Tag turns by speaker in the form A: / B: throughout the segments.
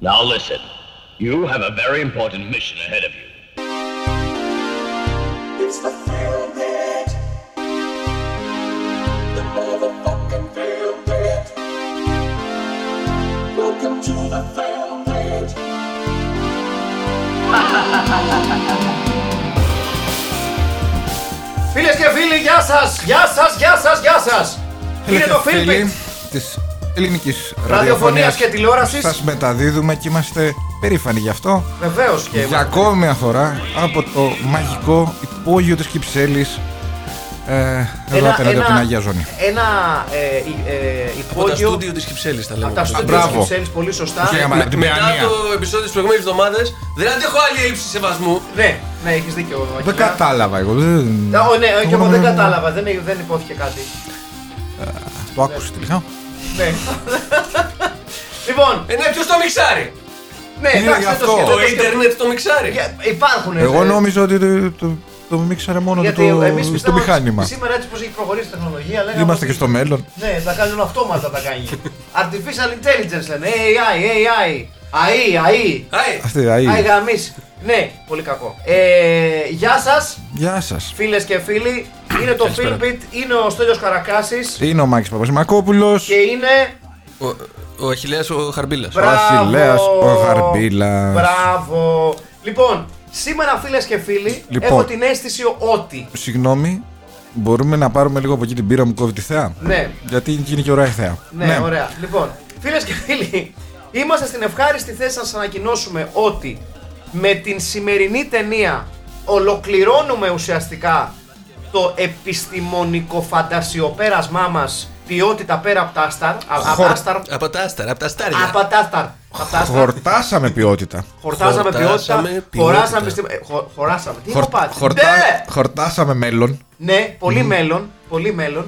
A: Now listen, you have a very important mission ahead of you.
B: It's the Feel Bit. The motherfucking Feel Bit. Welcome to the Feel Bit.
C: Φίλες και φίλοι, γεια σας! Γεια σας, γεια σας, γεια σας! Είναι το Φίλμπιτ
D: της ελληνικής
C: ραδιοφωνίας και τηλεόρασης.
D: Σας μεταδίδουμε και είμαστε περήφανοι γι' αυτό.
C: Βεβαίως και
D: Για ακόμη μια φορά από το μαγικό υπόγειο της Κυψέλης. Ε, εδώ πέρα από την Αγία Ζώνη.
C: Ένα ε, ε, ε,
E: Από τα
C: υπόγειο.
E: στούντιο της Κυψέλης τα
C: Από τα
E: λέμε.
C: στούντιο της
D: μπράβο.
C: Κυψέλης, πολύ σωστά.
D: Και
E: Με-
D: από την
E: Μετά
D: Παιανία.
E: το επεισόδιο της προηγούμενης εβδομάδας δεν αντέχω άλλη έλλειψη σεβασμού.
C: Ναι, ναι, έχεις δίκιο.
D: Δεν
C: Αρχικά.
D: κατάλαβα εγώ. Δεν...
C: Α, ω, Ναι, και εγώ δεν
D: Νομίζω-
C: κατάλαβα, δεν, δεν υπόθηκε κάτι.
D: Το άκουσε τελικά.
C: Ναι. λοιπόν,
E: Ε, ναι, ποιος το μιξάρει.
C: ναι,
D: Είναι
C: εντάξει,
D: γι'
C: δεν το
D: αυτό.
C: σκέφτομαι.
E: Το ίντερνετ το μιξάρει.
C: Υπάρχουν. ε,
D: Εγώ νόμιζα ότι το, το, το μίξαρε μόνο του
C: Ναι, Γιατί εμείς
D: το, στο
C: πιστεύαμε ότι
D: μηχάνημα.
C: Σήμερα έτσι πως έχει προχωρήσει η τεχνολογία, λέγαμε
D: Είμαστε
C: ότι-
D: και στο μέλλον.
C: Ναι, τα κάνουν αυτόματα τα κάνει. Artificial intelligence λένε. AI, AI. ΑΗ, ΑΗ.
E: Άι,
D: Αυτή, αή.
C: ΑΗ γαμίς. Ναι, πολύ κακό. Ε, γεια σας,
D: Γεια σας.
C: φίλες και φίλοι. Είναι το Filmbit, είναι ο Στέλιος Καρακάσης
D: Είναι ο Μάκης Παπασημακόπουλος.
C: και είναι...
E: Ο, ο Αχιλέας ο Χαρμπίλας.
D: Ο Αχιλέας, ο Χαρμπίλας.
C: Μπράβο. Λοιπόν, σήμερα φίλες και φίλοι,
D: Λοιπόν.
C: έχω την αίσθηση ότι...
D: Συγγνώμη, μπορούμε να πάρουμε λίγο από εκεί την πύρα μου κόβει τη θέα.
C: Ναι.
D: Γιατί γίνει και ωραία η θέα.
C: Ναι, ωραία. Λοιπόν, φίλες και φίλοι, είμαστε στην ευχάριστη θέση να σας ανακοινώσουμε ότι με την σημερινή ταινία ολοκληρώνουμε ουσιαστικά το επιστημονικό φαντασιοπέρασμά μας ποιότητα πέρα από τα άσταρ. α- Από τα
D: Χορ-
C: άσταρ.
E: Από τα άσταρα, από τα στάρια.
C: Από τα άσταρ. απ' τα άσταρ.
D: Χορτάσαμε ποιότητα.
C: Χορτάζαμε ποιότητα.
E: χορτάσαμε
C: Χωράσαμε.
E: ποιότητα.
C: επιστημο- ε, χο- Χωράσαμε. Τι
D: Χορ-
C: είπα πάλι.
D: χορτά-
C: Ναι!
D: Χορτάσαμε μέλλον.
C: Ναι, πολύ μέλλον. Πολύ μέλλον.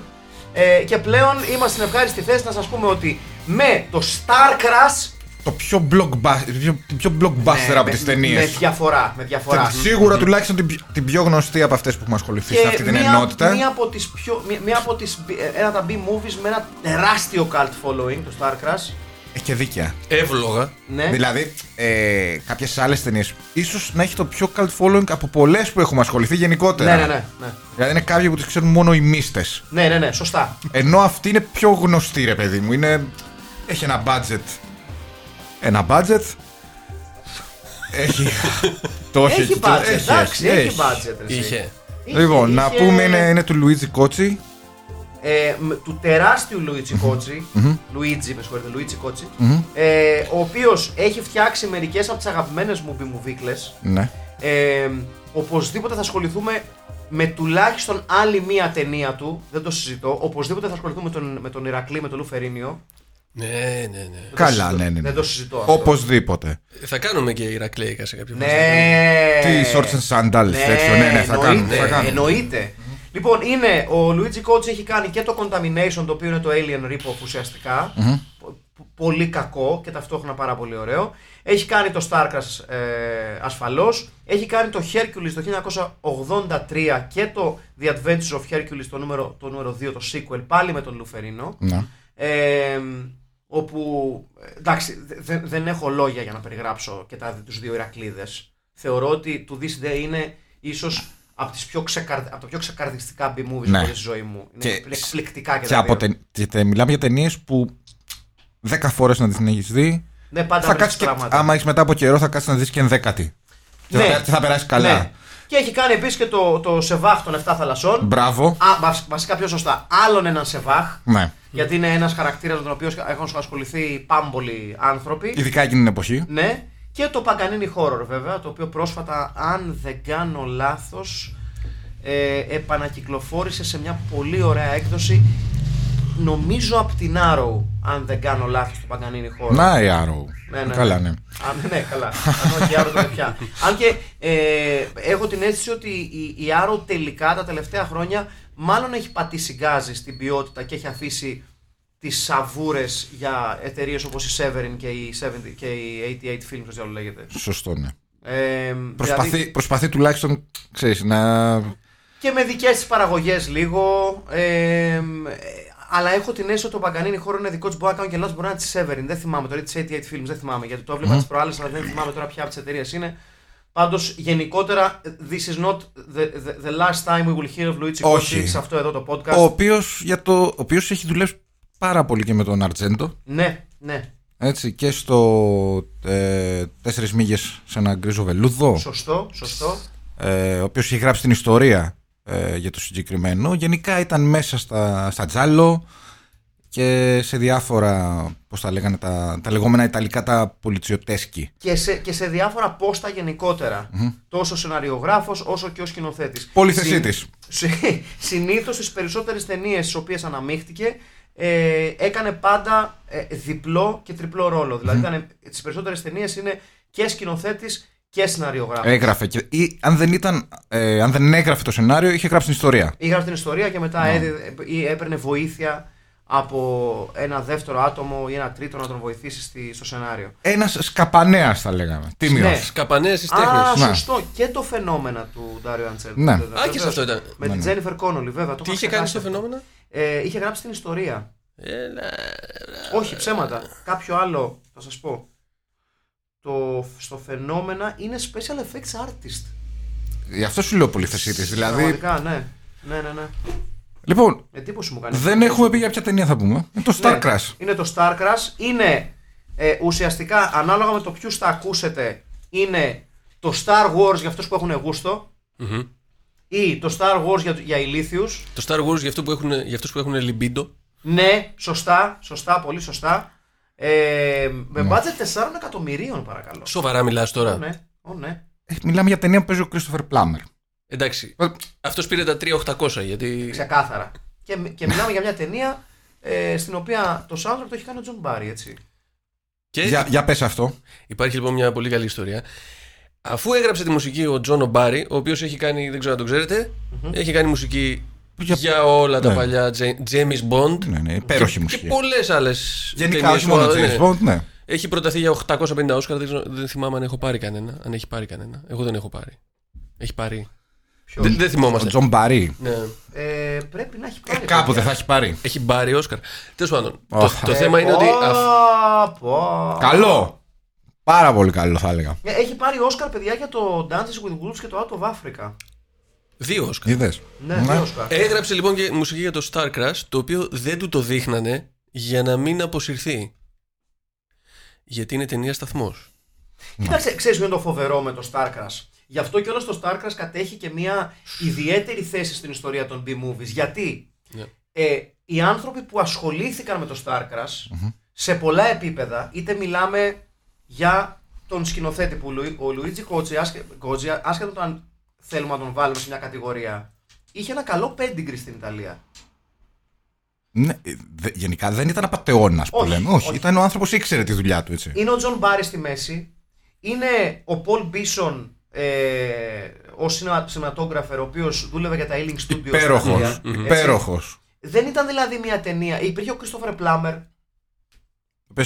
C: Ε, και πλέον είμαστε στην ευχάριστη θέση να σας πούμε ότι με το Starcrash
D: Το πιο blockbuster, πιο, την πιο blockbuster
C: Ναι,
D: από
C: με-
D: τις
C: Με
D: ταινίες.
C: διαφορά. Με διαφορά.
D: Τε- Σίγουρα τουλάχιστον την, πιο- την πιο γνωστή από αυτές που έχουμε ασχοληθεί σε αυτή την
C: μία,
D: ενότητα.
C: Μία από τις πιο, μία, μία από τις, μπι- ε, ένα από τα B-movies με ένα τεράστιο cult following, το Starcrash.
D: Ε, Και δίκαια.
E: Εύλογα.
C: Ναι.
D: Δηλαδή, ε, κάποιες άλλες ταινίες. ίσως να έχει το πιο cult following από πολλές που έχουμε ασχοληθεί γενικότερα.
C: ναι, ναι, ναι, ναι.
D: Δηλαδή, είναι κάποιοι που τις ξέρουν μόνο οι μίστε.
C: Ναι, ναι, ναι, σωστά.
D: Ενώ αυτή είναι πιο γνωστή, ρε παιδί μου. Είναι... Έχει ένα budget. Ένα budget. Έχει. το
C: Έχει
D: το-
C: budget, εντάξει, έχει
D: έχει.
C: budget. ρε, εσύ.
E: Είχε.
C: Είχε,
D: Λοιπόν, να
C: είχε,
D: πούμε είναι, είναι του Λουίτζι Κότσι.
C: ε, με- του τεράστιου Λουίτσι Κότσι, Λουίτζι, με συγχωρείτε, Λουίτσι Κότσι, ε, ο οποίος έχει φτιάξει μερικές από τις αγαπημένες μου μπιμουβίκλες,
D: Ναι.
C: Ε, οπωσδήποτε θα ασχοληθούμε με τουλάχιστον άλλη μία ταινία του. Δεν το συζητώ. Οπωσδήποτε θα ασχοληθούμε με τον, με τον Ηρακλή, με τον Λουφερίνιο.
E: Ναι, ναι, ναι.
C: Δεν το
D: Καλά,
C: συζητώ.
D: ναι, ναι. ναι.
C: Δεν το συζητώ. αυτό.
D: Οπωσδήποτε.
E: Θα κάνουμε και Ηρακλέικα σε κάποιο φάση.
C: Ναι.
D: Τι shorts and sandals, τέτοιο. Ναι, ναι, θα
C: εννοείται,
D: κάνουμε. Θα κάνουμε.
C: εννοείται. Λοιπόν, είναι ο Luigi Coach έχει κάνει και το Contamination, το οποίο είναι το Alien Repo ουσιαστικά. Πο- πο- Πολύ κακό και ταυτόχρονα πάρα πολύ ωραίο. Έχει κάνει το Starcraft ε, ασφαλώς. Έχει κάνει το Hercules το 1983 και το The Adventures of Hercules το νούμερο, το νούμερο 2, το sequel, πάλι με τον Λουφερίνο.
D: Να.
C: Ε, όπου, εντάξει, δεν, δεν έχω λόγια για να περιγράψω και τα, τους δύο Ηρακλείδες. Θεωρώ ότι του This Day είναι ίσως από, τις πιο ξεκαρ, από τα πιο ξεκαρδιστικά B-movies
D: Ναι.
C: που έχω δει στη ζωή μου. Είναι
D: Και-
C: εκπληκτικά και,
D: Και,
C: τα
D: από
C: δύο.
D: ται- και τε- μιλάμε για ταινίες που 10 φορές να τις έχεις δει.
C: Ναι, πάντα
D: θα
C: βρίσκεις
D: κάτσεις και,
C: πράγματα.
D: άμα έχεις μετά από καιρό, θα κάτσεις να δεις και ενδέκατη. Και
C: Ναι.
D: θα, πε- θα περάσει καλά.
C: Ναι. Και έχει κάνει επίσης και το, το Σεβάχ των 7 θαλασσών.
D: Μπράβο.
C: Α, βασ- βασικά πιο σωστά. Άλλον έναν Σεβάχ.
D: Ναι.
C: Γιατί είναι ένας χαρακτήρας με τον οποίο έχουν ασχοληθεί πάμπολοι άνθρωποι.
D: Ειδικά εκείνη την εποχή.
C: Ναι. Και το Paganini Horror βέβαια, το οποίο πρόσφατα, αν δεν κάνω λάθος, ε, επανακυκλοφόρησε σε μια πολύ ωραία έκδοση. Νομίζω από την Arrow, αν δεν κάνω λάθος, το Paganini Horror.
D: Να η Arrow. Καλά, ναι.
C: Α, ναι, ναι, καλά. Αν όχι, η Arrow τότε πια. Αν και ε, έχω την αίσθηση ότι η, η Arrow τελικά τα τελευταία χρόνια μάλλον έχει πατήσει γκάζι στην ποιότητα και έχει αφήσει τις σαβούρες για εταιρείες όπως η Severin και η, 70, και η 88 Films, όπως διάλογο λέγεται.
D: Σωστό, ναι.
C: Ε,
D: Προσπαθεί,
C: δηλαδή
D: προσπαθεί τουλάχιστον, ξέρεις, να...
C: και με δικές της παραγωγές λίγο. Ε, ε, Αλλά έχω την αίσθηση ότι ο Παγκανίνη χώρο είναι δικός τη. Μπορεί να κάνω και λάθος, μπορεί να είναι της Severin. Δεν θυμάμαι τώρα, της 88 Films, δεν θυμάμαι γιατί το έβλεπα mm. τις προάλλες, αλλά δεν θυμάμαι τώρα ποια από τις εταιρείες είναι. Πάντως, γενικότερα, this is not the, the, the last time we will hear of Luigi
D: Όχι.
C: Conti σε αυτό εδώ το podcast.
D: Ο οποίος, για το, ο οποίος έχει δουλέψει πάρα πολύ και με τον Αρτζέντο.
C: Ναι, ναι.
D: Έτσι, και στο ε, Τέσσερις Μύγες σε ένα γκρίζο βελούδο.
C: Σωστό, σωστό.
D: ε, ο οποίος είχε γράψει την ιστορία ε, για το συγκεκριμένο. Γενικά ήταν μέσα στα, στα τζάλο και σε διάφορα, πώς τα λέγανε, τα, τα λεγόμενα ιταλικά τα πολιτσιοτέσκι.
C: Και σε, και σε διάφορα πόστα γενικότερα. Τόσο σεναριογράφος όσο και ω σκηνοθέτη.
D: Πολυθεσή της.
C: Συνήθως στις περισσότερες ταινίες στις οποίες αναμίχθηκε ε, έκανε πάντα ε, διπλό και τριπλό ρόλο. Δηλαδή, τις περισσότερες ταινίες είναι και σκηνοθέτης και σεναριογράφος.
D: Έγραφε και, ή, αν, δεν ήταν, ε, αν δεν έγραφε το σενάριο, είχε γράψει την ιστορία.
C: Έγραφε την ιστορία και μετά
D: Ναι.
C: έδιδε- ή έπαιρνε βοήθεια από ένα δεύτερο άτομο ή ένα τρίτο να τον βοηθήσεις στη- στο σενάριο.
D: Ένας σκαπανέας θα λέγαμε. Τίμιος.
C: Ναι.
E: Καπανέε της
C: Α,
E: τέχνης.
D: ναι.
C: σωστό. Και το φαινόμενα του Ντάριο Αντσέλ.
D: Ναι.
E: Α, και σε αυτό ήταν.
C: Με την Τζένιφερ Κόνολι, βέβαια. Το
E: Τι
C: είχα
E: είχε κάνει
C: ξεχάσει
E: στο
C: αυτό.
E: φαινόμενο.
C: Ε, είχε γράψει την ιστορία.
E: Έλα.
C: Όχι, ψέματα. Κάποιο άλλο, θα σας πω. Το, στο φαινόμενα είναι special effects artist.
D: Γι' αυτό σου λέω πολυθεσή της. Δηλαδή,
C: Πραγματικά, ναι. Ναι, ναι, ναι.
D: λοιπόν,
C: Εντύπωση μου κάνεις.
D: δεν έχουμε πει για ποια ταινία θα πούμε. Ε, Το Star
C: Ναι,
D: Crash.
C: Είναι το Star Crash. Είναι ε, ουσιαστικά ανάλογα με το ποιους τα ακούσετε, είναι το Star Wars για αυτούς που έχουν γούστο ή το Star Wars για, για ηλίθιους.
E: Το Star Wars για αυτού που έχουν- για αυτούς που έχουν λιμπίντο.
C: Ναι, σωστά, σωστά, πολύ σωστά. Ε, με budget 4 εκατομμυρίων, παρακαλώ.
E: Σοβαρά μιλάς
C: Ω,
E: τώρα.
C: Ναι, ω, ναι.
D: Ε, Μιλάμε για ταινία που παίζει ο Christopher Plummer.
E: Εντάξει.
D: Ε,
E: Αυτός πήρε τα 3800 γιατί.
C: Ξεκάθαρα. Και, και μιλάμε για μια ταινία ε, στην οποία το soundtrack το έχει κάνει ο Τζον Μπάρι, έτσι. Ε.
E: Και
D: Για, για πες αυτό.
E: υπάρχει λοιπόν μια πολύ καλή ιστορία. Αφού έγραψε τη μουσική ο Τζον Ομπάρι, ο οποίος έχει κάνει, δεν ξέρω αν το ξερετε έχει κάνει μουσική
D: Για-
E: για, όλα τα
D: Ναι.
E: παλιά Τζέ- James Bond.
D: Ναι, ναι, υπέροχη
E: και,
D: μουσική.
E: Και πολλές άλλες.
D: Γενικά, όχι μόνο
C: ε.
D: James Bond, ναι.
E: Έχει προταθεί για 850 Όσκαρ, δεν, ξέρω- δεν θυμάμαι αν έχω πάρει κανένα. Αν έχει πάρει κανένα. Εγώ δεν έχω πάρει. Έχει πάρει.
C: Ποιος?
E: Δεν, δεν
D: Ο
E: θυμόμαστε.
D: Τζον Μπαρί.
E: Ναι.
C: Ε, πρέπει να έχει
D: Ε,
C: πάρει.
D: κάπου δεν θα έχει πάρει.
E: Έχει πάρει Όσκαρ. Τέλος πάντων.
D: Αχ.
E: Το, το θέμα είναι ότι. αφ-
D: Καλό. Πάρα πολύ καλό θα έλεγα.
C: Ε, Έχει πάρει Όσκαρ, παιδιά, για το Dances with Wolves και το Out of Africa.
E: Δύο Όσκαρ.
D: Είδες.
C: Ναι, ναι, Όσκαρ.
E: Έγραψε λοιπόν και μουσική για το Star Crash, το οποίο δεν του το δείχνανε για να μην αποσυρθεί. Γιατί είναι ταινία σταθμός.
C: Κοίταξε, ξέρεις ποιο είναι το φοβερό με το Starcraft. Γι' αυτό κιόλα το Starcraft κατέχει και μια ιδιαίτερη θέση στην ιστορία των B-movies. Γιατί
E: Ναι.
C: ε, οι άνθρωποι που ασχολήθηκαν με το Starcraft σε πολλά επίπεδα, είτε μιλάμε για τον σκηνοθέτη που Λου- ο Λουίτζι Κότζι, άσχε- Κότζι, άσχετα το αν θέλουμε να τον βάλουμε σε μια κατηγορία, είχε ένα καλό πέντιγκρι στην Ιταλία.
D: Ναι, ε, δε- γενικά δεν ήταν απαταιώνας που
C: Όχι,
D: λέμε. Όχι,
C: όχι.
D: ήταν ο άνθρωπος ήξερε τη δουλειά του, έτσι.
C: Είναι ο Τζον Μπάρι στη μέση. Είναι ο Πολ Μπίσον ε, ο σινεματόγραφερ, ο οποίος δούλευε για τα Ailing Studios.
D: Υπέροχος.
C: στα Αγγλία.
D: Υπέροχο.
C: Έτσι. Δεν ήταν δηλαδή μια ταινία. Υπήρχε ο Κρίστοφερ Πλάμερ,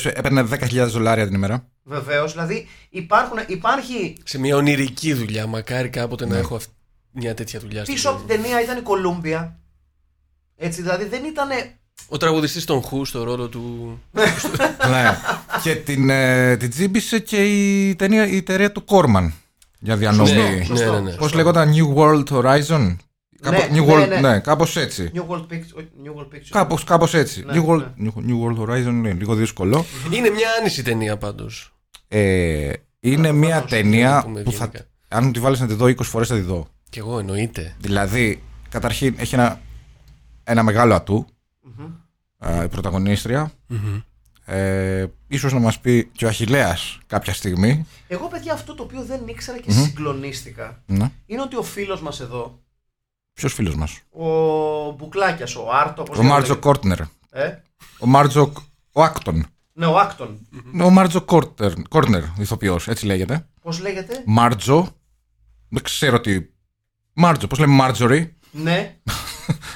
D: Έπαιρνε 10.000 δολάρια την ημέρα.
C: βεβαίως. Δηλαδή υπάρχουν, υπάρχει.
E: Σε μια ονειρική δουλειά. Μακάρι κάποτε
D: Ναι.
E: να έχω αυ- μια τέτοια δουλειά. στην
C: Πίσω από
E: ζωή
C: την
E: μου.
C: ταινία ήταν η Κολούμπια. Έτσι, δηλαδή δεν ήταν.
E: Ο τραγουδιστής των Χου στο ρόλο του.
D: ναι. Και την, ε, την τζίμπησε και η, ταινία, η εταιρεία του Κόρμαν για διανομή.
C: σωστό.
E: ναι, ναι, ναι.
D: Πώς λέγονταν New World Horizon. Κάπω-
C: ναι,
D: New World,
C: ναι.
D: ναι, κάπως έτσι.
C: New World Picture. New World Picture.
D: Κάπως, κάπως έτσι.
C: Ναι,
D: New, World, New World Horizon είναι λίγο δύσκολο.
E: είναι μια άνηση ταινία πάντως.
D: Ε, είναι μια
E: να
D: ταινία
E: πούμε
D: που θα.
E: ευγενικά.
D: Αν τη βάλεις να τη δω 20 φορές θα τη δω.
E: Κι εγώ εννοείται.
D: Δηλαδή, καταρχήν έχει ένα, ένα μεγάλο ατού, ε, η πρωταγωνιστρια Ε, ίσως να μας πει και ο Αχιλέας κάποια στιγμή.
C: Εγώ, παιδιά, αυτό το οποίο δεν ήξερα και συγκλονίστηκα
D: Ναι.
C: είναι ότι ο φίλος μας εδώ,
D: Ποιος φίλος μας.
C: ο Μπουκλάκιας, ο Άρτο. όπως
D: Ο
C: λέγεται.
D: Μάρτζο Κόρτνερ.
C: Ε?
D: Ο Μάρτζο... Ο Άκτον.
C: Ναι, ο Άκτον.
D: Ο Μάρτζο Κόρτερ, Κόρνερ, ηθοποιός, έτσι λέγεται.
C: Πώς λέγεται.
D: Μάρτζο. Δεν ξέρω τι... Μάρτζο, πώς λέμε Μάρτζορι.
C: Ναι,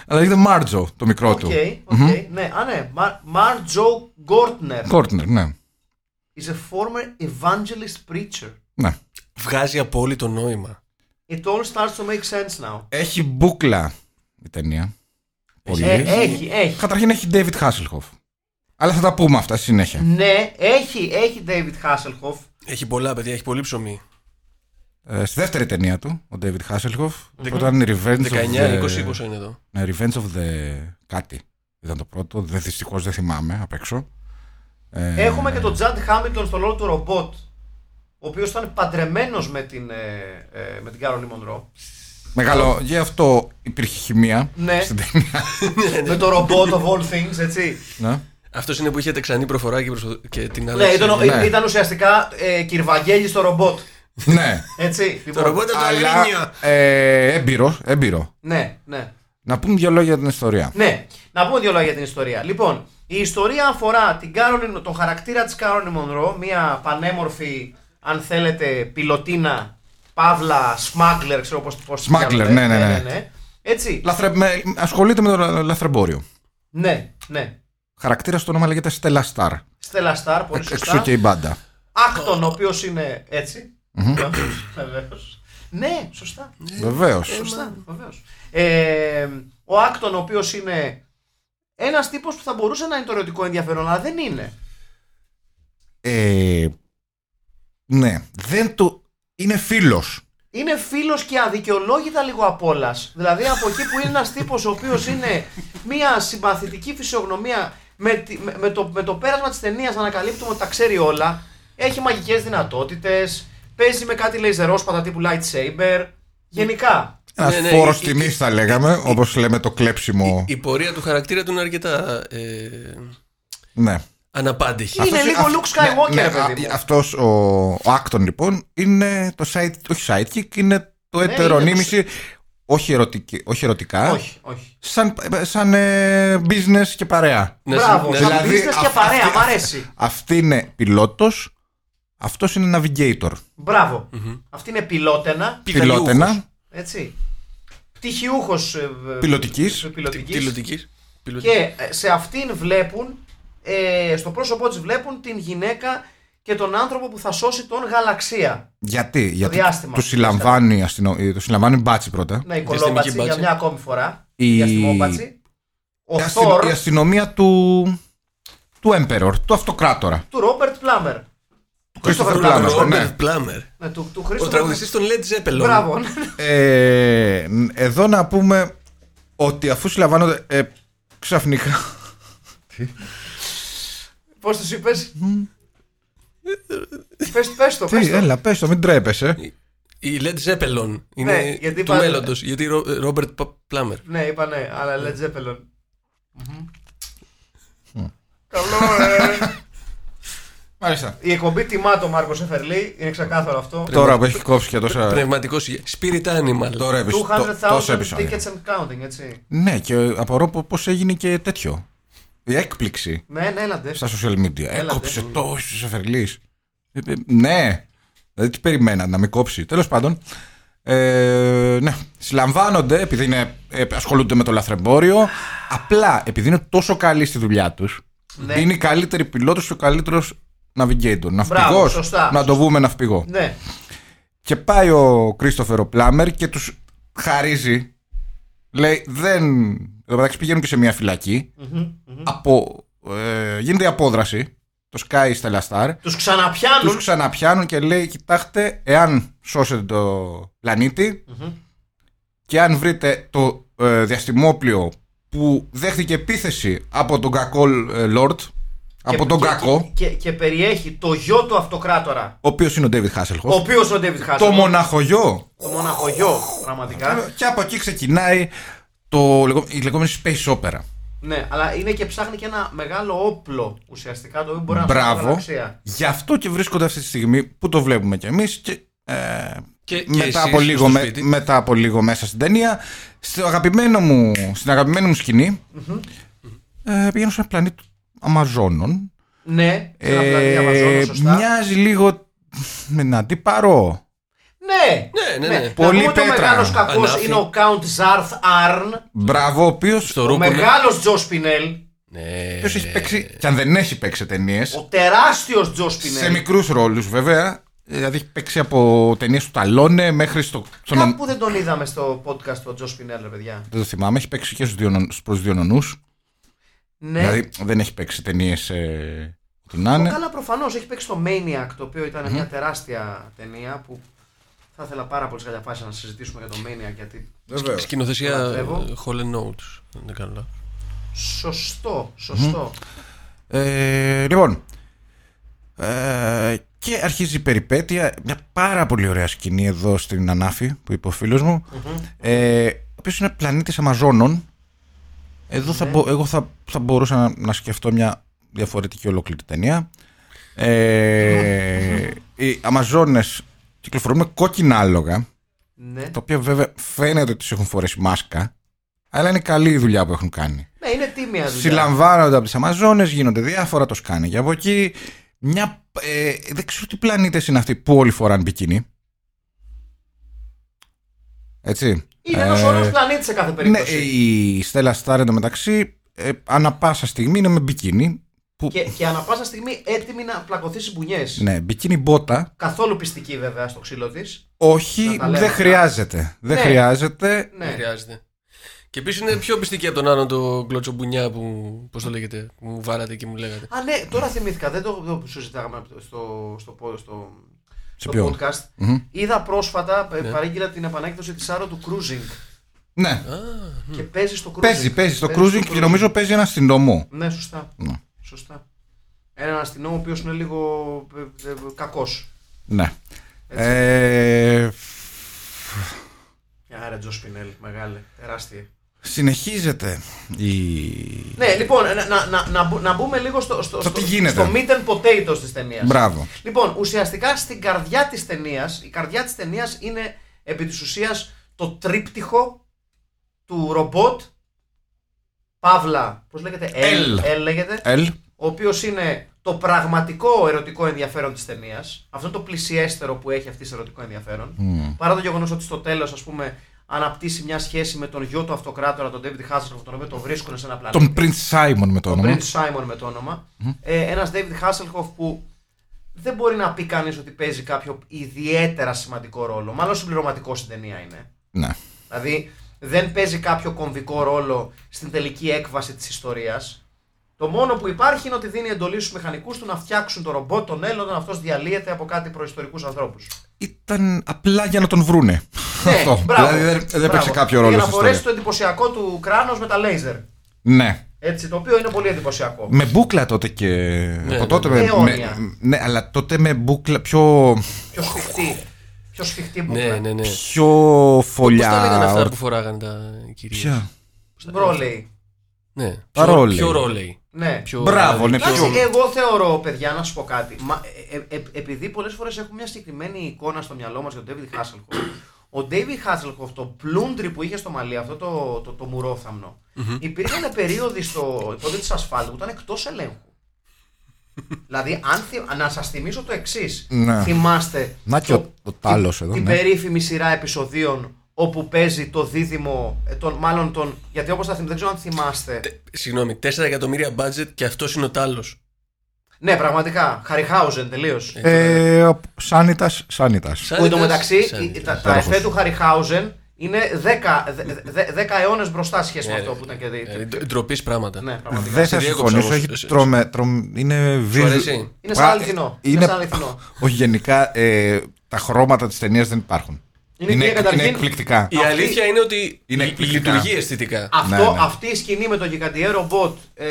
D: Αλλά λέγεται Μάρτζο το μικρό
C: οκ,
D: του.
C: οκ, ναι, α, ναι, Μαρτζο Γκόρτνερ
D: Κόρτνερ, ναι.
C: is a former evangelist preacher.
D: ναι.
E: Βγάζει απόλυτο νόημα.
C: It all starts to make sense now.
D: Έχει μπουκλα η ταινία. πολύ.
C: Ε, έχει, έχει.
D: Καταρχήν έχει David Hasselhoff. Αλλά θα τα πούμε αυτά στη συνέχεια.
C: Ναι, έχει, έχει David Hasselhoff.
E: Έχει πολλά παιδιά, έχει πολύ ψωμί.
D: Ε, στη δεύτερη ταινία του, ο David Hasselhoff. Το πρώτο ήταν Revenge
E: 19,
D: of the...
E: 20, 20 είναι εδώ.
D: Ναι, Revenge of the... κάτι. Ήταν το πρώτο. Δε, Δυστυχώς δεν θυμάμαι απ' έξω. Ε,
C: Έχουμε και τον Τζαντ Χάμιλτον στο ρόλο του ρομπότ. Ο οποίος ήταν παντρεμένος με την, ε, ε, με την Κάρολι Μονρό.
D: Μεγάλο. Γι' αυτό υπήρχε χημεία
C: Ναι.
D: στην ταινία.
E: Ε, ναι.
C: με το ρομπότ of all things, έτσι.
D: ναι.
E: Αυτός είναι που είχε τεξανή προφορά και, προσπαθ- και την
C: ναι,
E: άλλαξε.
C: ήταν,
D: ναι.
C: ήταν ουσιαστικά ε, κυρβαγγέλη στο ρομπότ.
D: ναι.
C: Έτσι. λοιπόν.
E: Το ρομπότ από το
D: Αλλά
E: Αγρίνιο.
D: ε, έμπειρο, έμπειρο.
C: Ναι, ναι.
D: Να πούμε δύο λόγια για την ιστορία.
C: Ναι, να πούμε δύο λόγια για την ιστορία. Λοιπόν, η ιστορία αφορά την Κάρολιν, τον χαρακτήρα της Κάρολιν Μονρό, μια πανέμορφη, αν θέλετε, πιλωτίνα, παύλα, σμάγκλερ, ξέρω πώς το
D: Smuggler, ναι, ναι, ναι.
C: Έτσι.
D: Λαθρε... με- Ασχολείται με το λα- λαθρεμπόριο.
C: Ναι, ναι.
D: Χαρακτήρας του όνομα λέγεται Stella Star.
C: Στέλλα Σταρ, πολύ
D: Εξ-
C: σωστά.
D: Εξού Ε, και η μπάντα.
C: Άκτον, ο οποίος είναι έτσι. Βεβαίω. Ναι, σωστά.
D: Βεβαίως.
C: Σωστά, βεβαίως. Ε, ο Άκτον, ο οποίος είναι ένας τύπος που θα μπορούσε να είναι το ερωτικό ενδιαφέρον, αλλά δεν είναι.
D: Ε, ναι, δεν του. Είναι φίλος.
C: είναι φίλος και αδικαιολόγητα λίγο απ' όλας. Δηλαδή από εκεί που είναι ένας τύπος ο οποίος είναι μια συμπαθητική φυσιογνωμία με, τη- με- με το, με το πέρασμα της ταινίας ανακαλύπτουμε ότι τα ξέρει όλα. Έχει μαγικές δυνατότητες. Παίζει με κάτι λαϊζερόσπατα τύπου lightsaber. Γενικά.
D: Ένας
E: Ναι, ναι,
D: φόρος
C: ε,
E: η- η-
D: τιμής, θα λέγαμε, όπως λέμε το κλέψιμο.
E: Η πορεία του χαρακτήρα του είναι αρκετά ε,
D: Ναι.
E: αναπάντηχη.
C: Είναι λίγο Luke Skywalker, παιδί μου.
D: Αυτός ο, ο Άκτον, λοιπόν, είναι το side, όχι sidekick, είναι το
C: Ναι, είναι
D: ετερονίμηση. Όχι, ερωτική, όχι ερωτικά.
C: Όχι, όχι.
D: Σαν, σαν ε, business και παρέα.
E: Να
C: Μπράβο,
E: συ-
C: σαν
E: να-
C: business και
D: Ναι, δηλαδή αυ-
C: παρέα,
D: αυτή-
C: μ' αρέσει.
D: Αυτή είναι πιλότος. Αυτός είναι navigator.
C: Μπράβο. Αυτή είναι πιλότενα.
E: Πιταλιούχος.
D: Πιλότενα.
C: Έτσι. ε, Πτυχιούχο.
D: Πιλωτικής.
E: Πιλωτικής. Πιλωτικής.
C: Και ε, σε αυτήν βλέπουν, ε, στο πρόσωπό της βλέπουν την γυναίκα και τον άνθρωπο που θα σώσει τον γαλαξία.
D: Γιατί, γιατί
C: διάστημα.
D: τους συλλαμβάνει, η αστυνο... ε, τους συλλαμβάνει μπάτσι πρώτα.
C: Ναι, η
E: Διαστημική
C: κολόμπατση για
E: μπάτση.
C: μια ακόμη φορά.
D: Η-
C: Η αστυνομόπατση. Ο
D: Η, αστυνο-
C: Θόρ
D: η αστυνομία του. του Emperor, του αυτοκράτορα.
C: του Ρόμπερτ Πλάμερ.
D: Του
E: Ο
D: Christopher
E: Ρόμπερτ
D: Plummer, ναι.
E: Πλάμερ.
C: Ναι, του, του
E: Ο
C: Χρήστο.
E: τραγουδιστής των Led Zeppelin.
C: Μπράβο. ναι.
D: Ε, εδώ να πούμε ότι αφού συλλαμβάνονται ε, ξαφνικά.
C: Πώς τους είπες. πες, πες το, πες
D: Τι,
C: το.
D: έλα, πες το, μην τρέπεσαι.
E: Η Led Zeppelin είναι
C: Ναι, γιατί
E: του
C: πάνε-
E: μέλλοντος. Γιατί Ρο- Ρόμπερτ Πα- Πλάμερ.
D: Ε.
C: Ναι, είπα ναι, αλλά Led Zeppelin. Μμμ. Καλό, ρε.
D: Μάλιστα.
C: Η εκπομπή τιμά τον Μάρκο Σεφερλή, είναι ξεκάθαρο αυτό.
D: Τώρα που έχει κόψει και τόσα.
E: Πνευματικός Spirit Animal.
D: Τώρα έπεσε. τό-
C: 200,000
D: Τόσα επεισόδια.
C: tickets and counting, έτσι.
D: Ναι, και απορώ πώς έγινε και τέτοιο. Η έκπληξη
C: Ναι, ναι, έλατε.
D: στα social media. Ε,
C: Έλα,
D: Έκοψε
C: ναι.
D: τόσους εφερλεί. Ναι. Δηλαδή τι περιμένα να μην κόψει. Τέλος πάντων. Ε, ναι, συλλαμβάνονται επειδή είναι, ε, ασχολούνται με το λαθρεμπόριο. Απλά επειδή είναι τόσο καλοί στη δουλειά τους,
C: Ναι.
D: είναι οι καλύτεροι πιλότος και ο καλύτερος navigator. Ναυπηγό.
C: Μπράβο, σωστά.
D: Να το βούμε ναυπηγό.
C: Ναι,
D: Και πάει ο Κρίστοφερ ο Πλάμερ και τους χαρίζει. Λέει, δεν. Εδώ μεταξύ πηγαίνουν και σε μια φυλακη
C: Mm-hmm,
D: Από, ε, γίνεται η απόδραση. Το Sky Stella Star.
C: τους ξαναπιάνουν.
D: Τους ξαναπιάνουν και λέει: Κοιτάξτε, εάν σώσετε το πλανητη
C: Mm-hmm.
D: και αν βρείτε το ε, διαστημόπλιο που δέχτηκε επίθεση από τον κακό ε, Λόρτ,
C: Και-
D: από τον
C: και-
D: κακό,
C: Και, και περιέχει το γιο του αυτοκράτορα,
D: ο οποίος είναι ο David Hasselhoff,
C: ο οποίος ο Ντέβιτ Χάσελ.
D: το Ε. μοναχογιό
C: το μοναχογιό, πραγματικά.
D: Και από εκεί ξεκινάει το, λεγό- η λεγόμενη space opera.
C: ναι, αλλά είναι και ψάχνει και ένα μεγάλο όπλο ουσιαστικά το οποίο μπορεί να σου δώσει
D: Μπράβο.
C: γαλαξία.
D: Γι' αυτό και βρίσκονται αυτή τη στιγμή που το βλέπουμε κι εμείς και, ε,
E: Και, και
D: μετά,
E: εσείς
D: από
E: στο
D: λίγο, με-
E: σπίτι.
D: μετά από λίγο μέσα στην ταινία, στο αγαπημένο μου, στην αγαπημένη μου σκηνη ε, πηγαίνω σε ένα πλανήτη του Αμαζόνων.
C: Ναι, σε ένα
D: Ε,
C: πλανήτη Αμαζόνας, σωστά.
D: μοιάζει λίγο με έναν αντίπαρο.
C: Ναι,
E: Ναι, ναι, ναι.
D: Πολύ
C: να πούμε ότι ο
D: πέτρα.
C: μεγάλος κακός
E: Ανάφη.
C: είναι ο Count Zarth Arn,
D: Μπράβο, ο οποίος
E: Στο
C: ο
E: ρούπολο.
C: μεγάλο Τζο Σπινέλ,
E: Ναι.
D: έχει παίξει, και αν δεν έχει παίξει ταινίες,
C: ο τεράστιος Τζο Σπινέλ.
D: σε μικρούς ρόλους βέβαια, Ε, Δηλαδή έχει παίξει από ταινίες του Ταλόνε μέχρι στο. στο να-
C: Κάπου δεν τον είδαμε στο podcast του Τζο Σπινέλ, ρε παιδιά.
D: Δεν το θυμάμαι, έχει παίξει και στους δύο νονούς.
C: Ναι.
D: Δηλαδή δεν έχει παίξει ταινίες. Ε, ό,τι να
C: Ο
D: είναι.
C: Καλά, προφανώς έχει παίξει το Maniac, το οποίο ήταν μια τεράστια ταινία που θα ήθελα πάρα πολύ σε κάποια φάση να συζητήσουμε για το Maniac. Γιατί
D: Βεβαίως.
E: Σκηνοθεσία
C: Λατρεύω.
E: ε, Holland Notes. αν Δεν κάνω λάθος.
C: σωστό, σωστό.
D: Ε, λοιπόν. Ε, και αρχίζει η περιπέτεια. Μια πάρα πολύ ωραία σκηνή εδώ στην Ανάφη που είπε ο φίλος μου. Ε, ο οποίος είναι πλανήτης Αμαζόνων. Εδώ θα, μπο- εγώ θα, θα μπορούσα να, να σκεφτώ μια διαφορετική ολόκληρη ταινία. Ε, οι Αμαζόνες κυκλοφορούν με κόκκινα άλογα.
C: Ναι.
D: Τα οποία βέβαια φαίνεται ότι τους έχουν φορέσει μάσκα. Αλλά είναι καλή η δουλειά που έχουν κάνει.
C: ναι, είναι τίμια δουλειά.
D: Συλλαμβάνονται από τις Αμαζόνες, γίνονται διάφορα, το σκάνε και από εκεί. Μια, ε, δεν ξέρω τι πλανήτες είναι αυτοί που όλοι φοράνε μπικίνι. Έτσι.
C: Είναι ένας ωραίος πλανήτης σε κάθε
D: ναι,
C: περίπτωση.
D: η Στέλλα Στάρ εντωμεταξύ, ε, ανά πάσα στιγμή είναι με μπικίνι. Που,
C: Και, και ανα πάσα στιγμή έτοιμη να πλακωθεί στις μπουνιές.
D: Ναι, μπικίνι μπότα.
C: Καθόλου πιστική βέβαια στο ξύλο της. Να
D: Όχι,
C: τα λέμε
D: δεν
C: αυτά.
D: χρειάζεται. Δεν
C: Ναι.
D: χρειάζεται.
E: Δεν
C: Ναι.
E: χρειάζεται. Και επίσης είναι πιο πιστική από τον άλλον το κλωτσομπουνιά που. Πώς το λέγεται, που μου βάρατε και μου λέγατε.
C: Α, ναι, τώρα θυμήθηκα. Δεν το, το συζητάγαμε στο, στο, στο, στο, στο
D: ποιο?
C: podcast.
D: Μμμ.
C: Είδα πρόσφατα, ε, παρήγγειλα την επανέκδοση της Άρο του Cruising.
D: Ναι,
C: Και παίζει στο Cruising.
D: παίζει, παίζει στο
C: στο
D: cruising και νομίζω παίζει ένα αστυνόμο.
C: Ναι, σωστά.
D: Ναι.
C: σωστά. Έναν αστυνόμο ο οποίος είναι λίγο ε, ε, κακός.
D: Ναι. Ε,
C: κακό. Άρα Τζο Σπινέλ, μεγάλη, τεράστια.
D: συνεχίζεται η...
C: Ναι, λοιπόν, να, να, να, να, μπο- να μπούμε λίγο στο, στο,
D: Στο
C: στο,
D: τι γίνεται.
C: στο meat and potatoes της ταινίας.
D: Μπράβο.
C: Λοιπόν, ουσιαστικά στην καρδιά της ταινίας, η καρδιά της ταινίας είναι επί της ουσίας το τρίπτυχο του ρομπότ. Παύλα, πώς λέγεται, L,
D: L.
C: L λέγεται.
D: Ελ.
C: ο οποίος είναι το πραγματικό ερωτικό ενδιαφέρον της ταινίας. Αυτό είναι το πλησιέστερο που έχει αυτής σε ερωτικό ενδιαφέρον. Παρά το γεγονός ότι στο τέλος, ας πούμε, αναπτύσσει μια σχέση με τον γιο του αυτοκράτορα, τον David Hasselhoff, τον οποίο τον βρίσκουν σε ένα πλανήτη.
D: Τον Prince Simon με το
C: τον
D: όνομα.
C: Prince Simon με το όνομα. Ε, ένας David Hasselhoff που δεν μπορεί να πει κανείς ότι παίζει κάποιο ιδιαίτερα σημαντικό ρόλο. Μάλλον συμπληρωματικό στην ταινία είναι.
D: Ναι.
C: Δηλαδή δεν παίζει κάποιο κομβικό ρόλο στην τελική έκβαση της ιστορίας. Το μόνο που υπάρχει είναι ότι δίνει εντολή στους μηχανικούς του να φτιάξουν το ρομπότ τον Έλλον όταν αυτός διαλύεται από κάτι προϊστορικούς ανθρώπους.
D: Ήταν απλά για να τον βρούνε. Αυτό.
C: Ναι, μπράβο,
D: δηλαδή δεν, δεν
C: μπράβο.
D: παίξε κάποιο
C: Για
D: ρόλο
C: να
D: στην
C: φορέσει
D: ιστορία.
C: το εντυπωσιακό του κράνος με τα λέιζερ.
D: Ναι.
C: Έτσι, το οποίο είναι πολύ
E: Ναι,
C: εντυπωσιακό.
D: Με μπούκλα τότε και. από τότε
C: ναι.
D: με-
C: Αιώνια. Ναι.
D: με- ναι, αλλά τότε με μπούκλα πιο.
C: Πιο σφιχτή. Πιο σφιχτή μπουκλα.
E: Ναι, ναι, ναι.
D: πιο
E: Πώς τα λέγανε
D: φωλιά.
E: αυτά που φοράγανε τα κυρίες.
D: Ποια.
C: ε, Μπρόλεϊ.
E: Ναι.
D: Τα
E: Πιο-
D: ρόλεϊ.
E: Πιο ρόλεϊ.
C: Ναι.
E: Πιο-
D: Μπράβο, ναι,
E: πιο-
D: πιο-
C: Εντάξει, εγώ θεωρώ, παιδιά, να σου πω κάτι. Μα, ε, ε, ε, επειδή πολλές φορές έχουμε μια συγκεκριμένη εικόνα στο μυαλό μας για τον David Hasselhoff, ο David Hasselhoff, το πλούντρι που είχε στο μαλλί, αυτό το, το, το μουρόθαμνο, υπήρχαν περίοδοι στο υποδίτη της ασφάλτου που ήταν εκτός ελέγχου. δηλαδή, αν θυ- να σας θυμίσω το εξής.
D: Ναι.
C: Θυμάστε.
D: Να και
C: το-
D: ο- ο Τάλος
C: την-
D: εδώ,
C: Την
D: ναι.
C: περίφημη σειρά επεισοδίων όπου παίζει το δίδυμο, ε, τον, μάλλον τον. Γιατί όπως θα θυμ- δεν ξέρω αν θυμάστε.
D: Ε,
E: Συγγνώμη, 4 εκατομμύρια budget και αυτός είναι ο τάλος.
C: Ναι, πραγματικά. Χαριχάουζεν τελείως.
D: Ε, ο- Σάνιτας, Σάνιτας.
C: Που εν τω μεταξύ η- τα, τα
D: Υπέροχος.
C: εφέ του Χαριχάουζεν είναι 10, αιώνες μπροστά σε σχέση με
E: Ναι,
C: αυτό
E: ρε.
C: που ήταν και δει.
E: Ντροπής πράγματα.
C: Ναι, πραγματικά.
D: Δεν
E: σε
D: θα
E: διέκοψα
D: συμφωνήσω.
E: όμως.
D: Έχει τρώμε. τρομ- Είναι
E: Σου
D: βίζου.
E: αρέσει?
C: Είναι σαν αληθινό. Είναι σαν αληθινό.
D: Όχι, γενικά ε, τα χρώματα της ταινίας δεν υπάρχουν.
C: Είναι μία καταρχήν-
D: εκπληκτικά.
E: Η αλήθεια είναι ότι
D: Είναι
E: λει-
D: εκπληκτικά.
E: λειτουργεί αισθητικά.
C: Αυτό,
D: Ναι, ναι.
C: Αυτή η σκηνή με το γιγαντιέ ρομπότ ε,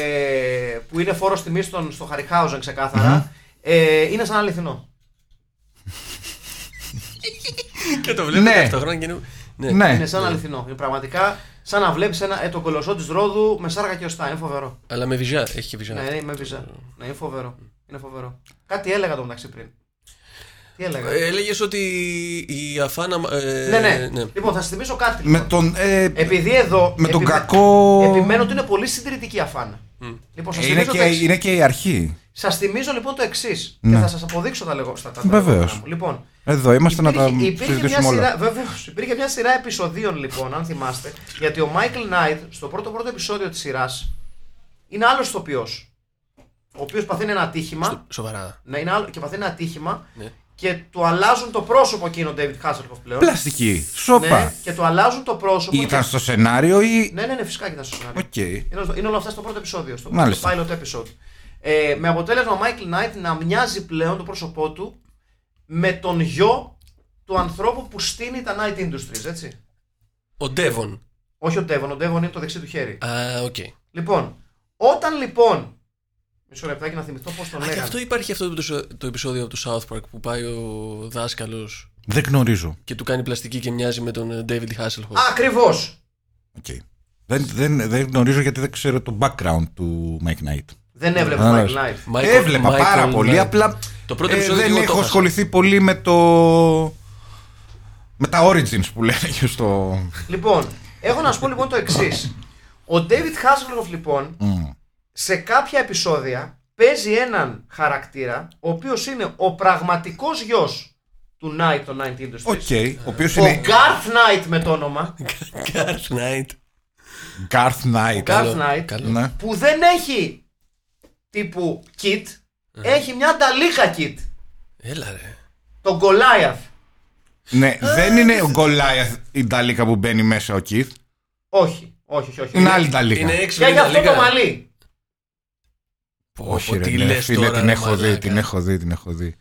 C: που είναι φόρος τιμής στον, στο Χαριχάουζεν ξεκάθαρα, ε, είναι σαν αληθινό.
E: Και το βλέπω
D: Ναι.
E: 10 χρόνια και είναι. Ναι.
D: Ναι.
C: Είναι σαν αληθινό. Είναι πραγματικά σαν να βλέπεις ε, τον κολοσσό της Ρόδου με σάργα και οστά. Είναι φοβερό.
E: Αλλά με βυζιά. Έχει και βυζιά.
C: Ναι, ναι, με βίζα. Ναι, είναι φοβερό. Είναι φοβερό. Κάτι έλεγα το μεταξύ πριν. Τι έλεγα.
E: Έλεγε Ε, ότι η Αφάνα. ε,
C: ναι, ναι, Λοιπόν, θα σας θυμίσω κάτι.
D: Με
C: λοιπόν.
D: τον. ε,
C: Επειδή εδώ.
D: Με τον
C: επιμέ-
D: κακό- Ε,
C: Επιμένω ότι είναι πολύ συντηρητική αφάνα. Λοιπόν, σας
D: είναι,
C: θυμίζω,
D: και,
C: το εξής.
D: είναι και η αρχή.
C: Σας θυμίζω λοιπόν το εξής.
D: Ναι.
C: Και θα σας αποδείξω τα λεγό στα τα
D: Βεβαίως.
C: λεγόμενά μου. Λοιπόν,
D: Εδώ είμαστε να τα
C: μια
D: συζητήσουμε όλα.
C: σειρά, βεβαίως, υπήρχε μια σειρά επεισοδίων λοιπόν, αν θυμάστε. Γιατί ο Michael Knight στο πρώτο πρώτο επεισόδιο της σειράς είναι άλλος ηθοποιό. Ο οποίος παθαίνει ένα ατύχημα.
E: Σοβαρά.
C: Ναι, είναι άλλο, και παθαίνει ένα ατύχημα
E: Ναι.
C: και του αλλάζουν το πρόσωπο εκείνο ο David Hasselhoff πλέον.
D: Πλαστική.
C: Ναι,
D: Σόπα.
C: και του αλλάζουν το πρόσωπο.
D: Ήταν
C: και-
D: στο σενάριο ή.
C: Ναι, ναι, ναι, φυσικά και ήταν στο σενάριο.
D: Οκ.
C: Είναι, στο- είναι όλα αυτά στο πρώτο επεισόδιο, στο
D: Μάλιστα.
C: το pilot episode. Ε, με αποτέλεσμα ο Michael Knight να μοιάζει πλέον το πρόσωπό του με τον γιο του ανθρώπου που στείνει τα Night Industries, έτσι.
E: Ο Ντέβον.
C: Όχι ο Devon, ο Devon είναι το δεξί του χέρι.
E: Α, οκ.
C: Λοιπόν, όταν λοιπόν. Μισό λεπτάκι να θυμηθώ πώς τον
E: Α, και
C: λέγανε.
E: αυτό υπάρχει αυτό το, το επεισόδιο από το South Park που πάει ο δάσκαλος
D: Δεν γνωρίζω.
E: και του κάνει πλαστική και μοιάζει με τον ε, David Hasselhoff.
C: Ακριβώς.
D: Οκ. Δεν, δεν, δεν γνωρίζω γιατί δεν ξέρω το background του Mike Knight.
C: Δεν έβλεπε
D: Α,
C: Michael
D: ναι.
C: Knight.
E: Michael-
D: Έβλεπα
E: Michael
D: πάρα
E: Knight.
D: πολύ. Απλά
E: Το πρώτο
D: ε,
E: επεισόδιο
D: δεν
E: εγώ το
D: έχω
E: έχασα.
D: ασχοληθεί πολύ με το. με τα origins που λένε και στο.
C: Λοιπόν, έχω να σου πω λοιπόν το εξής. Ο David Hasselhoff λοιπόν
D: Μμ.
C: σε κάποια επεισόδια παίζει έναν χαρακτήρα ο οποίος είναι ο πραγματικός γιος του Knight των Night Industries.
D: Οκ. Ο οποίος
C: Ο
D: είναι.
C: Garth Knight με το όνομα.
E: Garth Knight.
D: Garth Knight.
C: Garth
E: Καλό,
C: Knight.
E: καλό.
D: Ναι.
C: Που δεν έχει τύπου kit. Έχει μια νταλίκα kit.
E: Έλα ρε.
C: Τον Goliath.
D: Ναι, δεν είναι ο Γκολάιαθ η Νταλίκα που μπαίνει μέσα ο Keith.
C: Όχι, όχι, όχι. όχι.
D: Είναι άλλη
E: Είναι
D: Νταλίκα.
E: έξυπνη
C: Και γι' αυτό
E: Ιταλικά.
C: το μαλλί.
E: Πω,
D: Όχι,
E: πω,
D: ρε,
E: τι
D: ναι,
E: λες
D: φίλε,
E: τώρα,
D: την
E: ρε,
D: έχω δει,
E: μαλάκα.
D: την έχω δει, την έχω δει.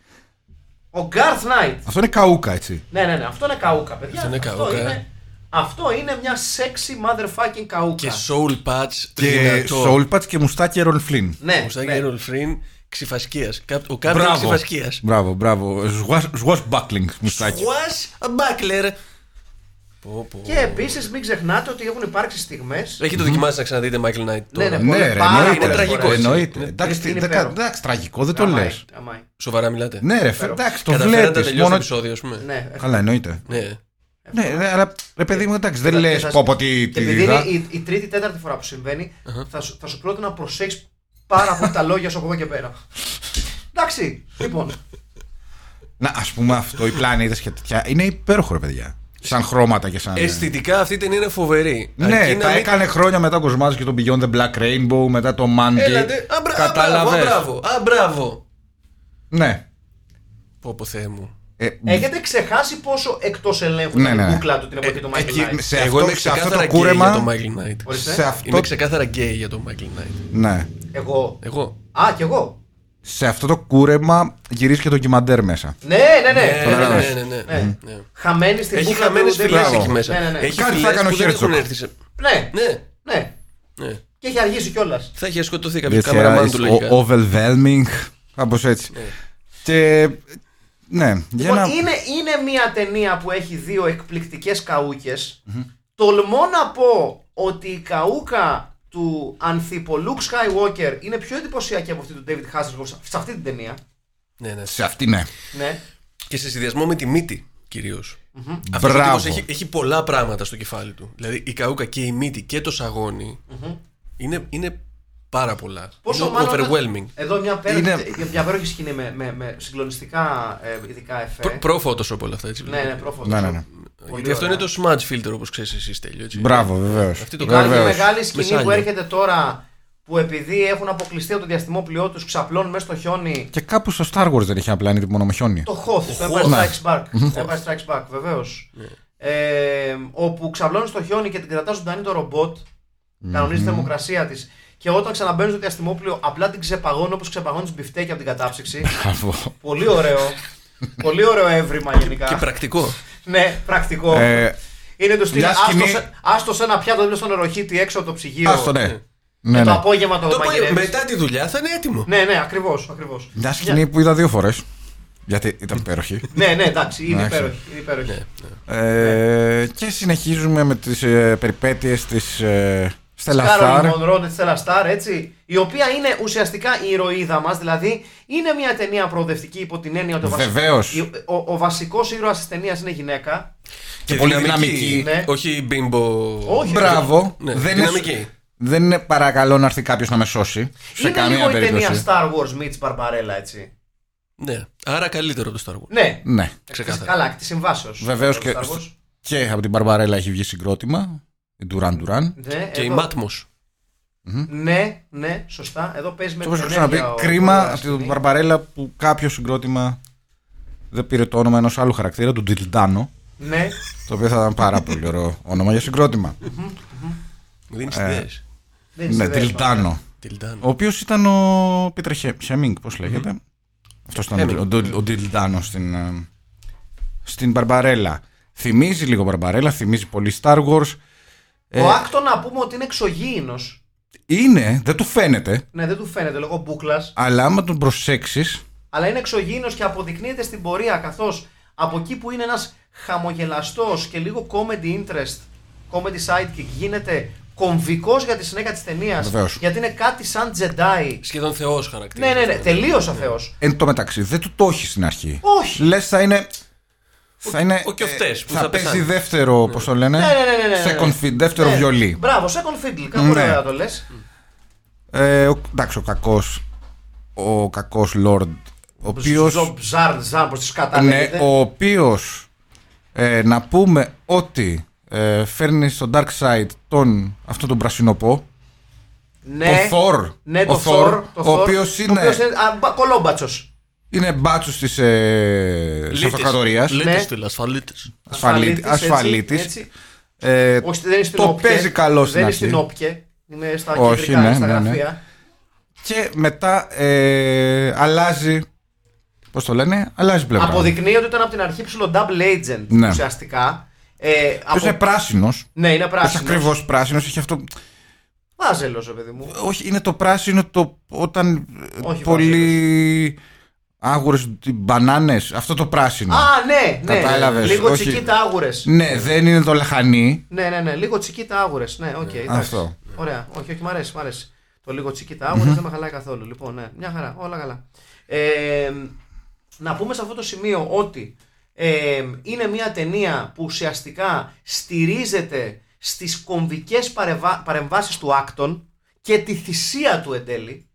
C: Ο Garth Knight.
D: Αυτό είναι καούκα, έτσι.
C: Ναι, ναι, ναι. Αυτό είναι καούκα, παιδιά.
E: Αυτό είναι
C: Αυτό
E: καούκα. ε.
C: είναι, αυτό είναι μια sexy motherfucking καούκα.
E: Και Soul Patch
D: Και
E: δυνατό.
D: Soul Patch και μουστάκι Ρολ Φλίν.
C: Ναι,
E: Μουστάκι
C: ναι.
E: Errol Flynn ξυφασκίας. Κάπ- Ο Κάπτεν ξυφασκίας.
D: Μπράβο, μπράβο. Σγουάς μπάκλινγκ μουστάκι.
E: Was a buckler. Πω, πω.
C: Και επίσης μην ξεχνάτε ότι έχουν υπάρξει στιγμές.
D: Ε,
E: Έχετε δοκιμάσει να ξαναδείτε Michael Knight
C: Ναι,
E: τώρα.
C: ναι.
D: Ναι,
C: πολύ-
D: ρε,
C: πάρα
D: εννοείται.
E: πολύ τραγικό, έτσι.
D: Εννοείται.
E: Είναι-
D: Εντάξει,
C: είναι
D: δεν κα-
C: υπέροχο.
D: εντάξει, τραγικό, δεν το λε.
E: Σοβαρά μιλάτε.
D: Ναι, ρε, εντάξει, το
E: Καταφέρατε να
D: βλέπεις.
E: τελειώσει το
D: Μόνο...
E: επεισόδιο, ας πούμε.
C: Ναι,
D: Καλά, εννοείται.
E: Ναι.
D: Ναι, ναι, αλλά ρε, παιδί μου, εντάξει, δεν
C: Και
D: λε
C: θα-
D: πω από τι
C: Και
D: τη
C: επειδή είναι
D: δίδα.
C: η, η τρίτη, τέταρτη φορά που συμβαινει θα, σου- θα σου πρότεινα να προσέξεις πάρα πολύ τα λόγια σου από εδώ και πέρα. Εντάξει, λοιπόν.
D: Να, ας πούμε αυτό, οι πλανήτε και τέτοια. Είναι υπέροχο, ρε, παιδιά. Σαν χρώματα και σαν.
E: Αισθητικά αυτή την είναι φοβερή. Αρκεί
D: Ναι,
E: να
D: τα
E: μην-
D: έκανε χρόνια μετά ο Κοσμάζο και τον Beyond the Black Rainbow, μετά το Monday.
E: Έλατε. Α, μπρα- α, μπράβο, α,
D: Κατάλαβες.
E: μπράβο. Α, μπράβο.
D: Ναι.
E: Πω, πω, Θεέ μου.
D: Ε,
C: Έχετε ξεχάσει πόσο εκτός ελέγχου
D: Ναι,
C: ήταν
D: ναι.
C: η κούκλα του την εποχή του Michael
D: εκεί-
C: Knight.
D: σε
E: Εγώ
D: αυτό,
E: είμαι
D: σε αυτό
E: Ε, ξεκάθαρα
D: το
E: γκέι για το
D: κούρεμα.
E: Michael Knight.
C: Ορίστε.
D: Σε αυτό,
E: Είμαι ξεκάθαρα γκέι για το Michael Knight.
D: ναι.
C: Εγώ.
E: Εγώ.
C: Α, κι εγώ.
D: σε αυτό το κούρεμα γυρίζει και το ντοκιμαντέρ μέσα.
C: Ναι, ναι, ναι.
E: Ναι,
C: ναι, ναι.
E: ναι, ναι, ναι,
C: Ναι.
E: ναι.
C: Χαμένοι στην
E: Έχει
C: κούκλα
E: χαμένες
C: του David
E: φυλές
D: Bravo.
E: εκεί μέσα.
C: Ναι, ναι, ναι.
E: Έχει
D: Κάτι θα
E: φυλές
D: έκανε ο
E: που δεν
D: Herzog.
E: έχουν έρθει σε-
C: Ναι,
E: Ναι,
C: ναι.
E: ναι.
C: Και έχει αργήσει κιόλας.
E: Θα έχει σκοτωθεί κάποιο
D: Δευτέρα,
E: καμεραμάν του λογικά. Ναι.
D: ο overwhelming, κάπως έτσι. Και, ναι, για να...
C: Λοιπόν, είναι, είναι μια ταινία που έχει δύο εκπληκτικές καούκες. Τολμώ να πω ότι η καούκα του ανθιπολούκ Skywalker είναι πιο εντυπωσιακή από αυτή του David Hasselhoff σε- σε αυτή την ταινία.
E: Ναι, ναι.
D: Σε αυτή, ναι.
C: Ναι.
E: Και σε συνδυασμό με τη μύτη κυρίως. Αυτό
D: Μπράβο.
E: έχει, έχει πολλά πράγματα στο κεφάλι του. Δηλαδή η καούκα και η μύτη και το σαγονι είναι, είναι πάρα πολλά.
C: Πόσο
E: είναι
C: μάλλον
E: overwhelming.
C: Εδώ μια πέρα,
D: Είναι-
C: μια υπέροχη σκηνή με, με, με συγκλονιστικά ε, ειδικά εφέ.
E: Προ- Προ-Photoshop όλα αυτά έτσι.
C: Ναι,
E: βλέπω.
C: ναι, πρόφωτος.
D: Ναι, ναι, ναι.
E: Γιατί αυτό είναι το smudge filter όπως ξέρεις εσύ τέλειο. Έτσι.
D: Μπράβο, βεβαίως.
E: Αυτή το
C: Υπάρχει
E: Βεβαίως.
C: μεγάλη σκηνή που
E: Μεσάλιο.
C: έρχεται τώρα που επειδή έχουν αποκλειστεί από το διαστημόπλοιό τους, ξαπλώνουν μέσα στο χιόνι
D: Και κάπου στο Star Wars δεν είχε απλά είναι μόνο με χιόνι.
C: Το Hoth, το Empire
E: Hoth.
C: Strikes Back.
D: Ναι.
C: Το Empire Strikes Back, βεβαίως. Ε, όπου ξαπλώνεις στο χιόνι και την κρατάς ζωντανή το ρομπότ,
D: Ναι.
C: κανονίζεις τη θερμοκρασία της. Και όταν ξαναμπαίνεις στο διαστημόπλαιο, απλά την ξεπαγώνεις όπως ξεπαγώνεις μπιφτέκι από την κατάψυξη.
D: Μπράβο.
C: Πολύ ωραίο. Πολύ ωραίο έβριμα γενικά.
E: Και πρακτικό.
C: Ναι, πρακτικό.
D: Ε,
C: Είναι το στυλ.
D: μια
C: Άστο,
D: σκηνή-
C: σε- άστο σε ένα πιάτο δίπλα στον νεροχύτη έξω από το ψυγείο.
D: Άστο, ναι.
C: Και
D: Ναι,
C: Το
D: ναι.
C: απόγευμα το,
E: Το απόγευμα,
C: μαγειρεύεις.
E: μετά τη δουλειά θα είναι έτοιμο.
C: Ναι, ναι, ακριβώς. Ακριβώς.
D: Μια σκηνή που είδα δύο φορές. Γιατί ήταν υπέροχη.
C: Ναι, ναι, εντάξει, είναι
D: Εντάξει. Ναι.
C: υπέροχη. Είναι υπέροχη. Ναι.
D: Ε, και συνεχίζουμε με τις ε, περιπέτειες της ε, Stella
C: Κάρολιν
D: Star.
C: Μονρό, τη Στέλλα Σταρ, έτσι. Η οποία είναι ουσιαστικά η ηρωίδα μας, δηλαδή είναι μια ταινία προοδευτική υπό την έννοια ότι ο βασι-
D: Βεβαίως.
C: η- Ο, ο βασικός ήρωας της ταινίας είναι γυναίκα.
D: Και πολύ δυναμική.
C: Ναι.
E: Όχι μπίμπο.
C: Όχι.
D: Μπράβο.
E: Ναι,
D: δεν,
E: δυναμική.
D: είναι, δεν είναι παρακαλώ να έρθει κάποιος να με σώσει. Σε
C: είναι
D: καμία
C: λίγο η
D: περίπτωση.
C: ταινία Star Wars Mitch Barbarella, έτσι.
E: Ναι. Άρα καλύτερο από το Star Wars.
C: Ναι,
D: Ναι.
E: Ξεκάθαρα.
C: καλά, και της συμβάσεως.
D: Βεβαίως και- Και από την Μπαρμπαρέλα έχει βγει συγκρότημα. Η Duran Duran.
C: Ναι,
E: Και η
C: εδώ-
E: Μάτμος.
C: ναι, ναι, σωστά. Εδώ παίζει με
D: Και όπως έχω
C: ενέργεια
D: ξαναπεί,
C: ο-
D: κρίμα
C: ο-
D: από την Μπαρμπαρέλα που κάποιο συγκρότημα Δεν πήρε το όνομα ενός άλλου χαρακτήρα, του Ντιλντάνο,
C: Ναι,
D: το οποίο θα ήταν πάρα πολύ ωραίο όνομα για συγκρότημα.
E: Μου
D: Ε.
E: δίνει ιδέες.
C: δεν
D: ναι,
C: είναι
D: Ντιλντάνο. Ο
E: Τιλτάνο.
D: οποίος ήταν ο Πίτερ Χε- Χέμινγκ, πώς λέγεται. Αυτός ήταν
E: Χέμινγκ.
D: ο, Ντο- ο Ντιλντάνο στην, ε, στην Μπαρμπαρέλα. Θυμίζει λίγο Μπαρμπαρέλα, θυμίζει πολύ Star Wars. Ε,
C: Ο Άκτο να πούμε ότι είναι εξωγήινος.
D: είναι, δεν του φαίνεται,
C: Ναι, δεν του φαίνεται λόγω μπουκλας.
D: αλλά άμα τον προσέξεις,
C: Αλλά είναι εξωγήινος και αποδεικνύεται στην πορεία καθώς από εκεί που είναι ένας χαμογελαστός και λίγο comedy interest, comedy sidekick, γίνεται κομβικός για τη συνέχεια της ταινίας.
D: Βεβαίως.
C: Γιατί είναι κάτι σαν Jedi.
E: Σχεδόν θεός χαρακτήρας.
C: Ναι, ναι, ναι, τελείως αθέος.
D: εν τω μεταξύ δεν του το έχεις στην αρχή.
C: Όχι.
D: Λες θα είναι. Θα είναι. ε,
E: ο Κιοφτές που
D: θα,
E: θα
D: παίζει
E: πεθάνει.
D: δεύτερο, όπω το λένε.
C: Ναι, ναι, ναι, ναι, ναι, ναι.
D: Second fiddle, δεύτερο
C: Ναι.
D: βιολί.
C: Μπράβο, second fiddle. Κάπου
D: Ναι.
C: ωραία το λες.
D: Ε, ο, εντάξει, ο κακός. Ο κακός Lord. Ο οποίο.
C: Ζαρν, Ζαρν, πώ τη
D: Ναι,
C: καταλαβαίνετε.
D: ο οποίος. Ε, να πούμε ότι ε, φέρνει στο dark side τον, αυτόν τον πρασινοπό.
C: Ναι,
D: ο Thor.
C: Ναι,
D: Ο
C: το
D: Thor,
C: Thor. το
D: ο
C: Thor,
D: οποίος
C: ο
D: είναι-
C: οποίος α, μπα- κολόμπατσος.
D: Είναι μπάτσος της ε, σαφακαδορία.
C: Ναι.
E: Λίτε του, ασφαλίτε.
D: Ασφαλίτης.
C: Ασφαλίτης, έτσι,
D: ασφαλίτης.
C: έτσι.
D: Ε,
C: Όχι, δεν είναι στην
D: το
C: όπκε.
D: παίζει καλό στην
C: Δεν είναι
D: αρχή.
C: στην όπκε. Είναι στα
D: Όχι,
C: κεντρικά,
D: ναι,
C: στα
D: ναι, ναι.
C: γραφεία.
D: Και μετά ε, αλλάζει. Πώς το λένε, αλλάζει πλευρά.
C: Αποδεικνύει ότι ήταν από την αρχή ψηλό double agent
D: Ναι.
C: ουσιαστικά. Ε,
D: Ποιος είναι πράσινος.
C: Ναι, είναι
D: Όχι
C: πράσινος.
D: ακριβώς πράσινος, έχει αυτό.
C: Βάζελος, ρε παιδί μου.
D: Όχι, είναι το πράσινο το όταν ε,
C: Όχι,
D: πολύ άγουρε μπανάνες. Αυτό το πράσινο.
C: Α, ναι, ναι.
D: Κατάλαβες,
C: Λίγο
D: όχι.
C: τσικίτα άγουρες.
D: Ναι, δεν είναι το λαχανί.
C: Ναι, ναι, ναι. Λίγο τσικίτα άγουρες. Ναι, οκ. εντάξει.
D: Αυτό.
C: Ωραία. Όχι, όχι, μ' αρέσει, μ' αρέσει. Το λίγο τσικίτα άγουρες δεν με χαλάει καθόλου. Λοιπόν, ναι, μια χαρά. Όλα καλά. Ε, να πούμε σε αυτό το σημείο ότι ε, είναι μια ταινία που ουσιαστικά στηρίζεται στις κομβικές παρεμβα... παρεμβάσεις του άκτον και τη θυσία του εν τέλει.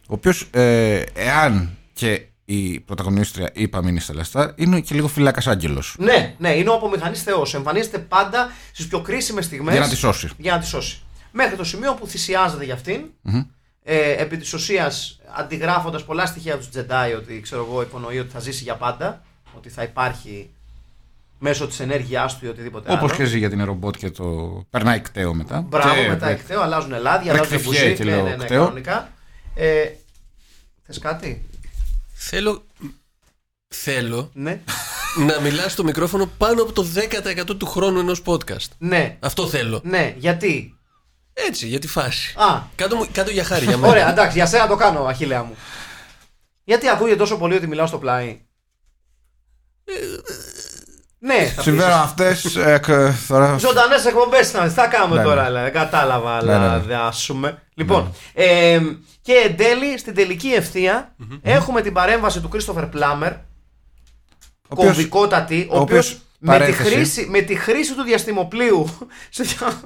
D: Ο οποίος, ε, εάν και η πρωταγωνίστρια, είπαμε, είναι Στελαστάρ, είναι και λίγο φυλάκας άγγελος.
C: Ναι, ναι, είναι ο απομηχανής θεός. Εμφανίζεται πάντα στις πιο κρίσιμες στιγμές.
D: Για να τη σώσει.
C: για να τη σώσει. Μέχρι το σημείο που θυσιάζεται για αυτην ε, επί της ουσίας αντιγράφοντας πολλά στοιχεία του Τζεντάι ότι ξέρω εγώ υπονοεί ότι θα ζήσει για πάντα, ότι θα υπάρχει μέσω της ενέργειάς του ή οτιδήποτε
D: Όπως
C: άλλο.
D: και ζει για την ρομπότ και το. Περνάει κταίο μετά.
C: Μπράβο
D: Και-
C: μετά εκτέω, αλλάζουν ελάδια, αλλάζουν
D: Ρεκτιφιέται,
C: μπουζί, ναι,
D: λέω,
C: ναι, ναι,
D: εκτέω.
C: κανονικά. Ε, θες κάτι?
E: Θέλω. Θέλω
C: Ναι.
E: να μιλάς στο μικρόφωνο πάνω από το 10% του χρόνου ενός podcast.
C: ναι.
E: Αυτό θέλω.
C: Ναι, γιατί.
E: Έτσι, για τη φάση.
C: Α,
E: Κάτω, μου- κάτω για χάρη για
D: Ναι.
E: μένα.
C: ωραία, εντάξει, για σένα το κάνω, αχίλεα μου. Γιατί ακούγεται τόσο πολύ ότι μιλάω στο πλάι. ναι, θα πεις
D: Συμβαίνουν αυτές. Τώρα
C: Ζωντανές εκπομπές ήταν. τι Θα κάνουμε
D: Ναι,
C: τώρα,
D: ναι.
C: αλλά δεν κατάλαβα,
D: Ναι,
C: αλλά
D: ναι.
C: δάσουμε. Λοιπόν, ε, και εν τέλει, στην τελική ευθεία, έχουμε την παρέμβαση του Κρίστοφερ Πλάμερ,
D: Ο οποίος-
C: κομβικότατη, ο οποίο
D: ο οποίος
C: με, τη
D: παρένθεση.
C: χρήση- με τη χρήση του διαστημοπλίου. σε μια-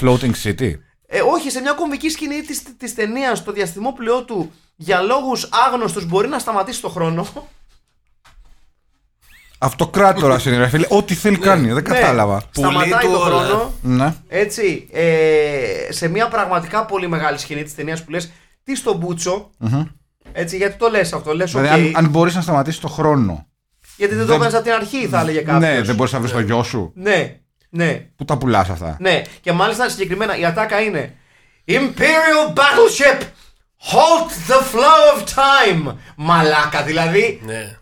D: Floating City.
C: ε, όχι, σε μια κομβική σκηνή της της ταινίας, το διαστημόπλαιό του για λόγους άγνωστους μπορεί να σταματήσει το χρόνο.
D: Αυτοκράτορα είναι, ρε φίλε. Ό,τι θέλει κάνει. Δεν
C: Ναι,
D: κατάλαβα.
C: Σταματάει
E: του
C: το
E: όλα.
C: χρόνο.
D: Ναι.
C: Έτσι, ε, σε μια πραγματικά πολύ μεγάλη σκηνή της ταινίας που λες, τι στον μπουτσο Έτσι, γιατί το λες αυτό, λες,
D: Δηλαδή,
C: «Οκ»,
D: αν, αν μπορείς να σταματήσεις το χρόνο.
C: γιατί δεν το
D: δεν-
C: έκανε από την αρχή, θα έλεγε κάποιο.
D: Ναι, δεν μπορείς να βρεις το γιο σου.
C: ναι, ναι,
D: Πού τα πουλάς αυτά.
C: ναι. Και μάλιστα συγκεκριμένα η ατάκα είναι Imperial Battleship, halt the flow of time. Μαλάκα δηλαδή.
E: Ναι.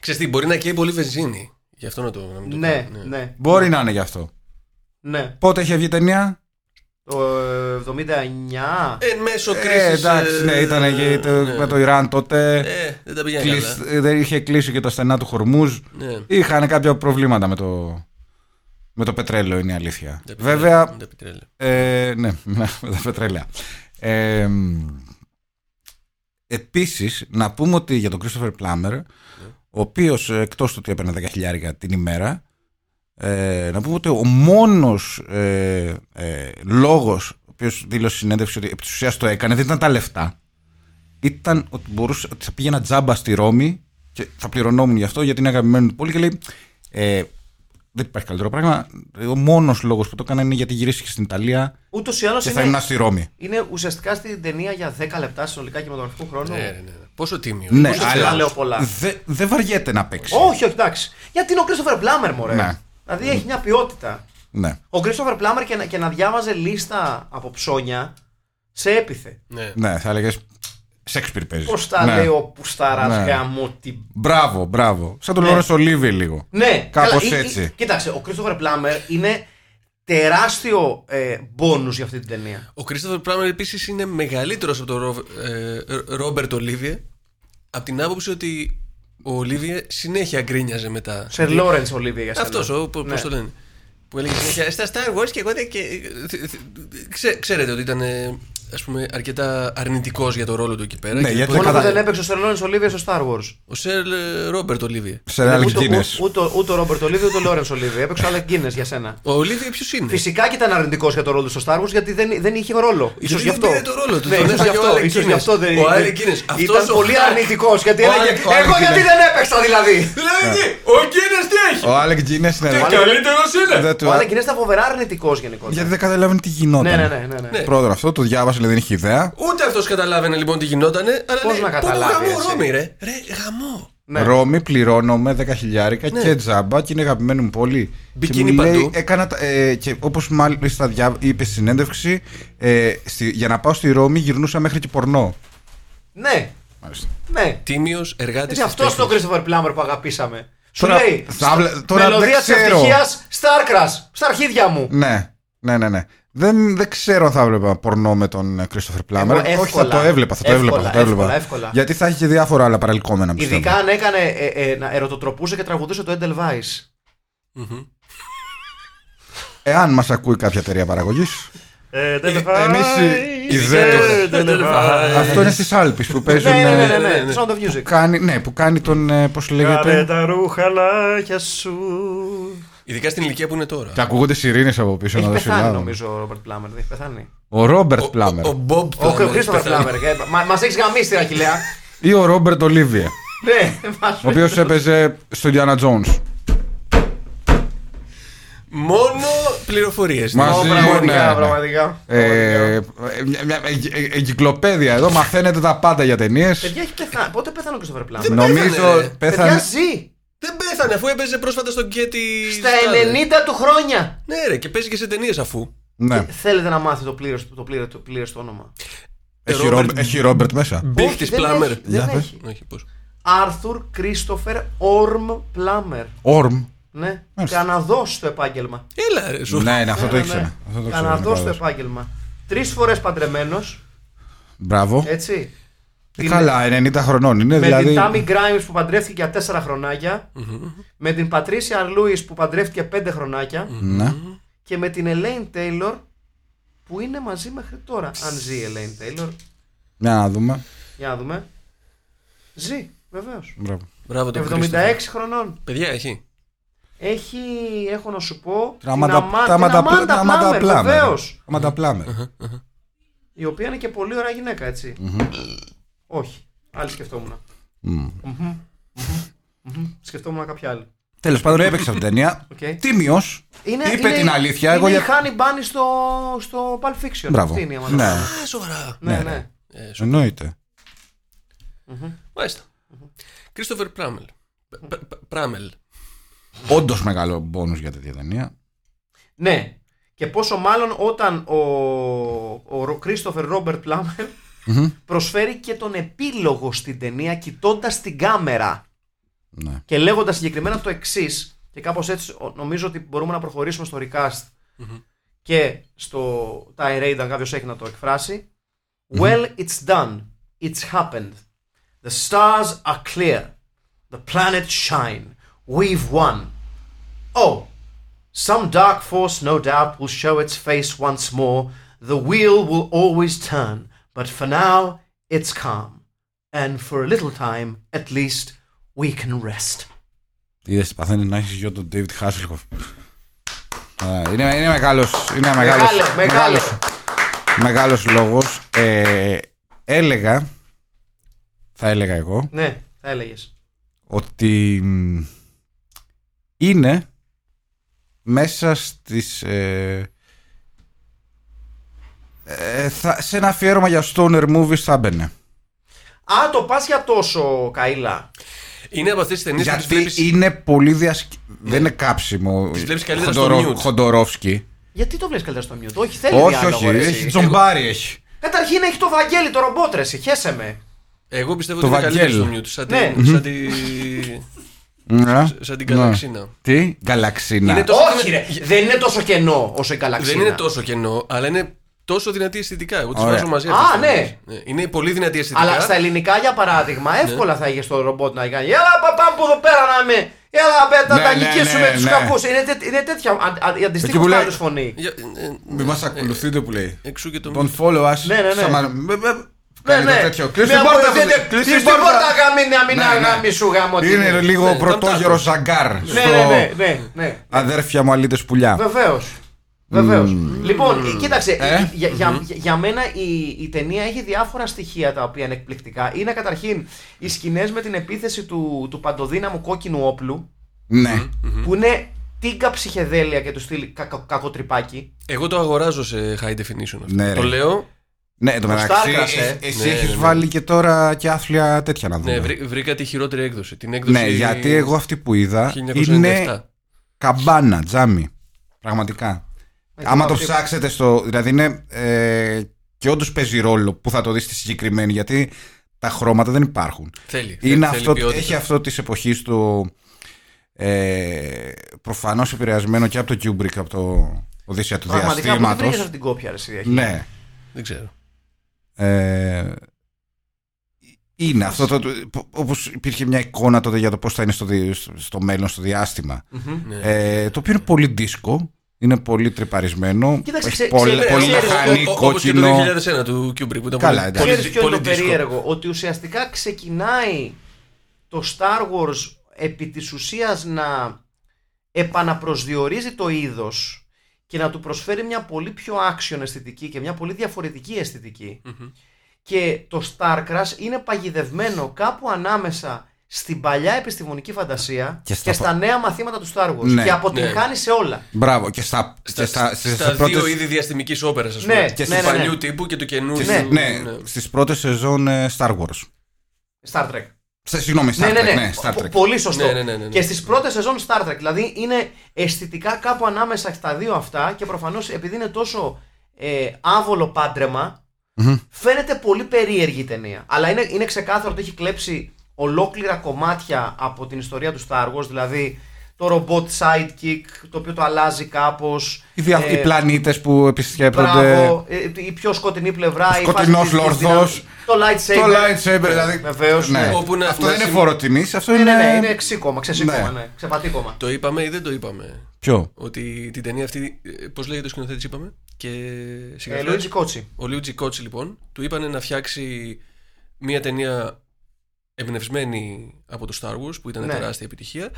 E: Ξέρεις τι, μπορεί να καίει πολύ βενζίνη. Γι' αυτό να το, να μην το
C: Ναι,
E: κάνω,
C: ναι,
D: Μπορεί να είναι γι' αυτό.
C: ναι.
D: Πότε έχει βγει η ταινία.
C: Το ε, 79.
E: Εν μέσω κρίση.
D: Ε, εντάξει, ναι, ήταν και το- με το Ιράν τότε.
E: Ε, δεν τα πήγαινε
D: Κλεισ-
E: καλά.
D: ε, Δεν είχε κλείσει και τα στενά του Χορμούζ.
E: Ναι.
D: Είχαν κάποια προβλήματα με το, με το πετρέλαιο, είναι η αλήθεια.
E: Δεν τα
D: Βέβαια,
E: πετρέλαια, δεν τα πετρέλαια.
D: Ε, ναι, με τα πετρέλαια. Ε, Επίσης, να πούμε ότι για τον Christopher Plummer, ο οποίος εκτός του ότι έπαιρνε 10 χιλιάρια την ημέρα, ε, να πούμε ότι ο μόνος ε, ε, λόγος ο οποίος δήλωσε συνέντευξη ότι επί της ουσίας το έκανε δεν ήταν τα λεφτά. Ήταν ότι, μπορούσε, ότι θα πήγαινα τζάμπα στη Ρώμη και θα πληρωνόμουν γι' αυτό γιατί είναι αγαπημένο του πολύ και λέει. Ε, δεν υπάρχει καλύτερο πράγμα. Ο μόνος λόγος που το έκανα είναι γιατί γυρίστηκε στην Ιταλία
C: Ούτως ή άλλως
D: και Ε, θα
C: είναι,
D: ήμουν στη Ρώμη.
C: είναι ουσιαστικά στην ταινία για 10 λεπτά συνολικά και με τον αρχικό χρόνο.
E: Ναι, ναι, ναι. Πόσο τίμιο.
D: Ναι,
E: Πόσο
C: αλλά-
E: θεά-
C: λέω πολλά.
D: δε- δεν βαριέται να παίξει.
C: Όχι, όχι, εντάξει. Γιατί είναι ο Κρίστοφερ Πλάμερ, μωρέ.
D: Ναι.
C: Δηλαδή έχει μια ποιότητα.
D: Ναι,
C: Ο Κρίστοφερ Πλάμερ και να, και να διάβαζε λίστα από ψώνια σε έπιθε.
E: Ναι.
D: ναι, θα έλεγες. Σέξπιρ παίζει.
C: Πώς τα
D: ναι.
C: λέει ο Πουσταράς
D: Ναι.
C: γαμώ την.
D: Μπράβο, μπράβο. Σαν τον
C: Ναι.
D: Λόρεν Ολίβι λίγο.
C: Ναι,
D: Κάπως
C: καλά, ε, ε,
D: έτσι.
C: κοίταξε, ο Κρίστοφερ Πλάμερ είναι τεράστιο ε, μπόνους για αυτή την ταινία.
E: Ο Κρίστοφερ Πράμερ επίσης είναι μεγαλύτερος από τον Ρο- ε, Ρόμπερτ Ολίβιε. Από την άποψη ότι ο Ολίβιε συνέχεια γκρίνιαζε μετά.
C: Σερ Λόρεντ Ολίβια για σένα.
E: Αυτό, πώς
C: Ναι.
E: το λένε. Που έλεγε συνέχεια στα Star Wars και εγώ δεν. Και... θ- θ- ξέ- Ξέρετε ότι ήταν ε, ας πούμε, αρκετά αρνητικός για το ρόλο του εκεί πέρα.
D: Ναι,
E: Και
D: γιατί
E: μπορεί-
C: Μόνο που
D: κατα-
C: δεν έπαιξε ο Σερ Λόρεντ Ολίβια στο Star Wars. Δηλαδή,
E: Ο Σερ ε, Ρόμπερτ Ολίβιε.
D: Σε Άλεξ
C: Ναι, ούτε,
D: Γκίνε.
C: ούτε- ούτε, ούτε ο Ρόμπερτ Ολίβια ούτε ο Λόρεντ Ολίβια. Έπαιξε ο Άλεξ Γκίνε για σένα.
E: Ο Ολίβιε ποιος είναι.
C: Φυσικά και ήταν αρνητικός για το ρόλο του στο Star Wars γιατί δεν, δεν είχε ρόλο. σω
E: δεν
C: γι' αυτό.
E: πήρε το ρόλο του,
C: Ναι,
E: τον
C: ίσως
E: έφαγε
C: γι'
E: ο
C: αυτό.
E: Alec
C: ίσως
E: Guinness.
C: γι' αυτό δεν.
E: Ο Alec
C: δεν-
E: Guinness.
C: Ήταν
E: Αυτός ο
C: πολύ
E: Hulk.
C: αρνητικός γιατί
E: Ο
C: έλεγε.
E: Alec- ο Alec
C: Εγώ γιατί
E: Guinness.
C: δεν έπαιξα δηλαδή.
E: Δηλαδή, ο Γκίνε τι έχει.
D: Ναι. Ο Άλεξ Γκίνε είναι.
C: Άλεξ-
E: Καλύτερος είναι.
D: Δεν του-
C: Ο Άλεκ Γκίνε ήταν φοβερά αρνητικός γενικότερα.
D: Γιατί δεν καταλάβαινε τι
C: Ναι, ναι,
D: γινόταν.
C: ναι. ναι, ναι.
E: Ναι.
D: Πρόεδρο αυτό, το διάβασε, λέει δεν είχε ιδέα.
E: Ούτε αυτός καταλάβαινε λοιπόν τι γινότανε. Αλλά
C: Πώς
E: λέει,
C: να
E: «Πω, πω,
C: καταλάβει,
E: Γαμό,
C: εσύ».
E: Ρώμη, ρε. Ρε, γαμό.
C: Ναι.
D: Ρώμη, πληρώνομαι 10 χιλιάρικα και τζάμπα και είναι αγαπημένη μου πόλη.
E: Μπικίνι
D: και μου
E: παντού.
D: λέει, έκανα, τα- ε, και όπως μάλιστα διά, είπε στη συνέντευξη, ε, στη, για να πάω στη Ρώμη γυρνούσα μέχρι και πορνό.
C: Ναι,
D: Μάλιστα.
C: ναι.
E: Τίμιος εργάτης.
C: Είναι αυτό το Christopher Plummer που αγαπήσαμε. Σου
D: Τώρα-
C: λέει.
D: θα βλε- τώρα δεν
C: Μελωδία της
D: ξέρω.
C: ευτυχίας Starcrash. Στα αρχίδια μου.
D: Ναι, ναι, ναι. ναι. Δεν, δεν ξέρω αν θα έβλεπα πορνό με τον Κρίστοφερ Πλάμερ.
C: Εγώ
D: Όχι, θα
C: εύκολα.
D: το έβλεπα. Θα το
C: Εύκολα,
D: έβλεπα, θα το έβλεπα.
C: εύκολα, εύκολα.
D: Γιατί θα έχει και διάφορα άλλα παρελκόμενα πιστεύω.
C: Ειδικά αν έκανε. ε, ε, να ερωτοτροπούσε και τραγουδούσε το Edelweiss.
D: Εάν μας ακούει κάποια εταιρεία παραγωγής.
C: Ε,
D: Εμείς οι
E: Ε,
D: Δέλτα.
E: δεν το
D: Α, Αυτό είναι στις Άλπε που παίζουν.
C: Ναι, ναι, ναι,
D: ε,
C: ναι, ναι.
E: ναι.
C: Sound of Music.
D: που Κάνει, ναι, που κάνει τον. Πώς λέγεται.
C: τα ρουχαλάκια σου.
E: Ειδικά στην ηλικία που είναι τώρα.
D: Και ακούγονται σιρήνες από πίσω
C: Έχει
D: να
C: πεθάνει
D: δουν
C: νομίζω ο Ρόμπερτ Πλάμερ. Δεν έχει πεθάνει.
D: Ο Ρόμπερτ Πλάμερ.
E: Ο- Ο Μπομπ
C: Ο
E: Πλάμερ,
C: Κρίστοφερ
E: πεθάνει.
C: Πλάμερ. ε, Μα έχεις γαμίσει την Αχηλέα.
D: Ή ο Ρόμπερτ Ολίβιε.
C: Ναι, μας
D: Ο οποίος έπαιζε στο Ιάννα Τζόουν.
E: Μόνο πληροφορίες.
D: Μα-
C: Ω,
D: ναι,
C: Πραγματικά,
D: ναι.
C: πραγματικά.
D: Ε, Εγκυκλοπαίδια εδώ. Μαθαίνετε τα πάντα για ταινίες.
C: Παιδιά έχει πεθάνει. Πότε πεθάνει ο Κρίστοφερ Πλάμερ.
E: Δεν πέθανε, ρε.
D: Νομίζω
C: Ε, Παιδιά
D: πέθανε.
C: ζει
E: Δεν πέθανε αφού έπαιζε πρόσφατα στον Γκέτι.
C: στα
E: Στάδε.
C: 90 του χρόνια.
E: Ναι, ρε, και παίζει και σε ταινίες αφού.
D: Ναι.
C: Θέλετε να μάθετε το πλήρες- το πλήρες- το πλήρες το όνομα.
D: Έχει,
E: Ρόμπερτ-
D: Ρόμπερτ, έχει Ρόμπερτ μέσα.
E: Μπίχ
C: Όχι,
E: τη
C: δεν
E: Πλάμερ.
C: έχει, Δεν
D: Για πες.
C: έχει.
E: Όχι, πώς.
C: Άρθουρ Κρίστοφερ Ορμ Πλάμερ.
D: Ορμ.
C: Ναι.
D: Μάλιστα.
C: Καναδός στο επάγγελμα.
E: Έλα, ρε, σου.
D: Ναι, ναι, αυτό το
C: Ναι,
D: ήξερα.
C: ναι.
D: Αυτό το ήξερα,
C: Καναδός
D: είναι
C: στο
D: καλός.
C: επάγγελμα. Τρεις φορές παντρεμένος,
D: Μπράβο.
C: έτσι.
D: Ε, Καλά, 90 χρονών είναι.
C: με την Τάμι
D: Δηλαδή.
C: Grimes που παντρεύτηκε για τέσσερα χρονάκια. με την Πατρίσια Λούις που παντρεύτηκε πέντε χρονάκια.
D: Ναι.
C: και με την Ελέιν Τέιλορ που είναι μαζί μέχρι τώρα. Αν ζει η Ελέιν Τέιλορ.
D: Για να δούμε.
C: Για να δούμε. Ζει, βεβαίως.
D: Μπράβο.
E: Μπράβο το
C: 76 χρονών.
E: Παιδιά, έχει.
C: Έχει, έχω να σου πω.
D: Τα μαντα- τα μαντα- τα μαντα- πλάμερ. Τα μαντα- πλάμερ.
C: Η οποία είναι και πολύ ωραία γυναίκα, έτσι.
D: Mm-hmm.
C: Όχι. Άλλη σκεφτόμουν.
D: Mm.
C: Μμμ. Μμμ. Μμμ. Σκεφτόμουν κάποια άλλη.
D: Τέλος πάντων, έπαιξε αυτή την ταινία.
C: Οκ.
D: Τίμιος.
C: Είναι,
D: Είπε
C: είναι-
D: την αλήθεια.
C: Είναι
D: εγώ
C: η
D: για.
C: Χάνι Μπάνι στο, στο Pulp Fiction.
D: Μπράβο.
C: Αυτή είναι η αμανά.
D: Ναι,
E: Α, σοβαρά.
C: ναι,
D: ναι,
C: ναι.
D: ρε.
E: Ε, σου-
D: εννοείται.
E: Μάλιστα. Κρίστοφερ Πράμελ. Π- π- Πράμελ.
D: Όντως μεγάλο μπόνου για τέτοια ταινία.
C: Ναι. Και πόσο μάλλον όταν ο, ο Κρίστοφερ Ρόμπερτ Πλάμερ προσφέρει και τον επίλογο στην ταινία κοιτώντας την κάμερα
D: Ναι.
C: και λέγοντας συγκεκριμένα το εξής. Και κάπως έτσι ο- νομίζω ότι μπορούμε να προχωρήσουμε στο recast και στο tie raid αν κάποιος έχει να το εκφράσει. Well, it's done. It's happened. The stars are clear. The planet shine. We've won. Oh, Some dark force, no doubt, will show its face once more. The wheel will always turn, but for now, it's calm. And for a little time, at least, we can rest.
D: Είδες τι παθαίνεις να έχεις γιο τον David Hasselhoff. Α, Είναι, είναι μεγάλος. Είναι μεγάλος,
C: Μεγάλε, μεγάλε.
D: μεγάλος, μεγάλος λόγος. Ε, έλεγα, θα έλεγα εγώ,
C: Ναι, θα έλεγες.
D: ότι μ, είναι μέσα στις... Ε, ε, θα, σε ένα αφιέρωμα για stoner movies θα μπαινε.
C: Α, το πας για τόσο, Καήλα.
E: Είναι από αυτές τις ταινίες που τις
D: Γιατί
E: βλέπεις.
D: είναι πολύ διασκ... Δεν είναι κάψιμο.
E: Τις βλέπεις καλύτερα στο mute.
D: Χοντορόφσκι.
C: Γιατί το βλέπεις καλύτερα στο μυαλό Όχι, θέλει
D: Όχι,
C: διάλογο,
D: όχι.
C: ρε,
D: Έχει
C: εσύ.
D: τζομπάρι έχει.
C: Καταρχήν έχει το βαγγέλη, το ρομπότ, ρε, εσύ, χέσε με.
E: Εγώ πιστεύω
D: Το
E: ότι είναι καλύτερο
D: Βαγγέλ.
E: στο μυαλό του. Σαν,
C: Ναι.
E: την- σαν τη...
D: Ναι.
E: σαν την
D: Ναι.
E: Καλαξίνα.
D: Τι, Καλαξίνα.
E: Είναι το- Τόσο
C: Όχι, ρε.
E: είναι-
C: Δεν είναι τόσο κενό όσο η καλαξίνα.
E: Δεν είναι τόσο κενό, αλλά είναι τόσο δυνατή αισθητικά. Εγώ του
D: Ωραία.
E: βάζω μαζί.
C: Α,
E: αυτές τις
C: ναι.
E: ταινίες. Είναι πολύ δυνατή αισθητικά.
C: Αλλά στα ελληνικά, για
D: Ναι.
C: παράδειγμα, εύκολα θα είχες το ρομπότ να κάνει. Έλα, παπά που εδώ πέρα να είμαι. Έλα, πέ, τα,
D: Ναι,
C: τα
D: ναι,
C: νικήσουμε
D: ναι,
C: τους
D: ναι.
C: κακούς. Είναι, τέ- είναι τέτοια
D: Εκεί που
C: αντιστοίχω
D: λέει-
C: πάντως φωνή.
E: Για- ε, ε,
D: Μη μας ακολουθείτε που λέει.
E: Εξού και το.
D: Τον follow us.
C: Ναι, ναι, ναι.
D: σταμα- με- με-
C: Ναι,
D: κάνει το
C: ναι.
D: τέτοιο.
C: Με
D: Κλείστε την πόρτα,
C: απολυθείτε.
D: κλείστε την
C: Κλείστε την
D: πόρτα.
C: πόρτα, γαμίνα, μην
D: Ναι, ναι.
C: αγάμισου, γάμο, τι
D: Είναι λίγο
E: Ναι,
D: πρωτόγερο
E: ταμ-τάμ.
D: ζαγκάρ.
C: Ναι,
D: στο
C: ναι, ναι, ναι, ναι.
D: Αδέρφια μου αλήτες πουλιά.
C: Βεβαίως. Βεβαίως. Λοιπόν, κοίταξε.
D: Ε.
C: η- Για, για, για- για μένα η, η ταινία έχει διάφορα στοιχεία τα οποία είναι εκπληκτικά. Είναι καταρχήν οι σκηνές με την επίθεση του, του παντοδύναμου κόκκινου όπλου,
D: Ναι.
C: που είναι τίγκα ψυχεδέλεια και τους στείλει κα, κα- κακοτρυπάκι.
E: Εγώ το αγοράζω σε high definition αυτό.
D: Ναι, ρε.
E: το λέω.
D: Ναι, εν τω
C: Ο
D: μεταξύ.
C: Στάρκας, ε.
D: ε- Εσύ
E: Ναι, ναι,
D: έχεις
E: ναι.
D: βάλει και τώρα και άθλια τέτοια να
E: Ναι,
D: δούμε.
E: βρή- βρήκα τη χειρότερη έκδοση. Την έκδοση.
D: Ναι, γιατί εγώ αυτή που είδα
E: 1997.
D: είναι καμπάνα, τζάμι. Πραγματικά.
C: Ε,
D: Άμα το
C: αυτή-
D: ψάξετε στο. Δηλαδή είναι. Ε, και όντως παίζει ρόλο που θα το δεις στη συγκεκριμένη, γιατί τα χρώματα δεν υπάρχουν.
E: Θέλει.
D: Είναι
E: θέλει
D: αυτό,
E: ποιότητα.
D: έχει αυτό της εποχής του ε, προφανώς επηρεασμένο και από το Κιούμπρικ από το Οδύσσια του
C: Πραγματικά μου βρήκε
D: Διαστήματος
C: αυτή την κόπια, ρε, εσύ,
D: ναι
E: Δεν ξέρω.
D: ε, είναι αυτό το, το- όπως υπήρχε μια εικόνα τότε για το πώς θα είναι στο, δι- στο μέλλον στο διάστημα
E: Ναι.
D: ε, το οποίο είναι πολύ δίσκο είναι πολύ τρυπαρισμένο
C: Κοίταξε,
D: έχει
C: ξε-
D: πολλ-
C: ξέρεις,
D: πολύ
C: ξέρεις,
D: μηχανή,
E: Όπω και
D: κόκκινο
E: το 2001 του Kubrick που ήταν
D: Καλά,
E: πολύ,
D: εντάξει.
C: Ξέρεις ποιο είναι το
E: πολύ δύσκολο.
C: περίεργο, ότι ουσιαστικά ξεκινάει το Star Wars επί της ουσίας να επαναπροσδιορίζει το είδος και να του προσφέρει μια πολύ πιο action αισθητική και μια πολύ διαφορετική αισθητική. Και το Starcraft είναι παγιδευμένο κάπου ανάμεσα στην παλιά επιστημονική φαντασία
D: Και
C: και
D: στα
C: στα,
D: πα-
C: νέα μαθήματα του Star Wars
D: Ναι.
C: και αποτυγχάνει σε όλα.
D: μπράβο και στα,
E: Στα,
D: και στα,
E: στα
D: στις πρώτες-
E: δύο είδη διαστημικής όπερας, ας πούμε.
C: Ναι,
E: και
C: Και
E: του
D: ναι, ναι,
E: παλιού
C: ναι.
E: τύπου και του καινούριου.
D: στις-
E: Ναι.
D: ναι, στις πρώτες σεζόν ε, Star Wars
C: Star Trek.
D: Σε- Συγγνώμη, Star
C: Ναι, ναι,
D: Trek,
C: ναι.
D: ναι, Star
C: Πο-
D: Trek.
C: Πολύ σωστό.
E: Ναι, ναι, ναι, ναι, ναι.
C: Και στις πρώτες σεζόν Star Trek. Δηλαδή είναι αισθητικά κάπου ανάμεσα στα δύο αυτά και προφανώς επειδή είναι τόσο ε, άβολο πάντρεμα, φαίνεται πολύ περίεργη η ταινία. Αλλά είναι, είναι ξεκάθαρο ότι έχει κλέψει ολόκληρα κομμάτια από την ιστορία του Star Wars. Δηλαδή το ρομπότ sidekick, το οποίο το αλλάζει κάπως.
D: Οι, δια... οι πλανήτες που επισκέπτονται.
C: Ε, Μπράβο, ε, η πιο σκοτεινή πλευρά. η
D: Σκοτεινός
C: φάση της- της
D: λορδός.
C: δυναμ- Το lightsaber.
D: Το lightsaber, δηλαδή.
C: Βεβαίως,
D: Ναι.
C: ναι.
E: Όπου να-
D: αυτό
E: να
D: δεν είναι
E: συμ-
D: φόρο τιμής, αυτό
C: Ναι,
D: είναι.
C: ναι, ναι, είναι ξύκωμα, ξεσύκωμα,
D: Ναι.
C: ναι. ξεπατήκωμα.
E: Το είπαμε ή δεν το είπαμε.
D: Ποιο.
E: Ότι την ταινία αυτή. Πώς λέγεται ο σκηνοθέτης, είπαμε. Και
C: Ε,
E: συγγραφέας.
C: Λουίτζι Κότσι.
E: Ο Λιούτζι Κότσι λοιπόν του είπανε να φτιάξει μια ταινία εμπνευσμένη από το Star Wars που ήταν
C: Ναι.
E: τεράστια επιτυχία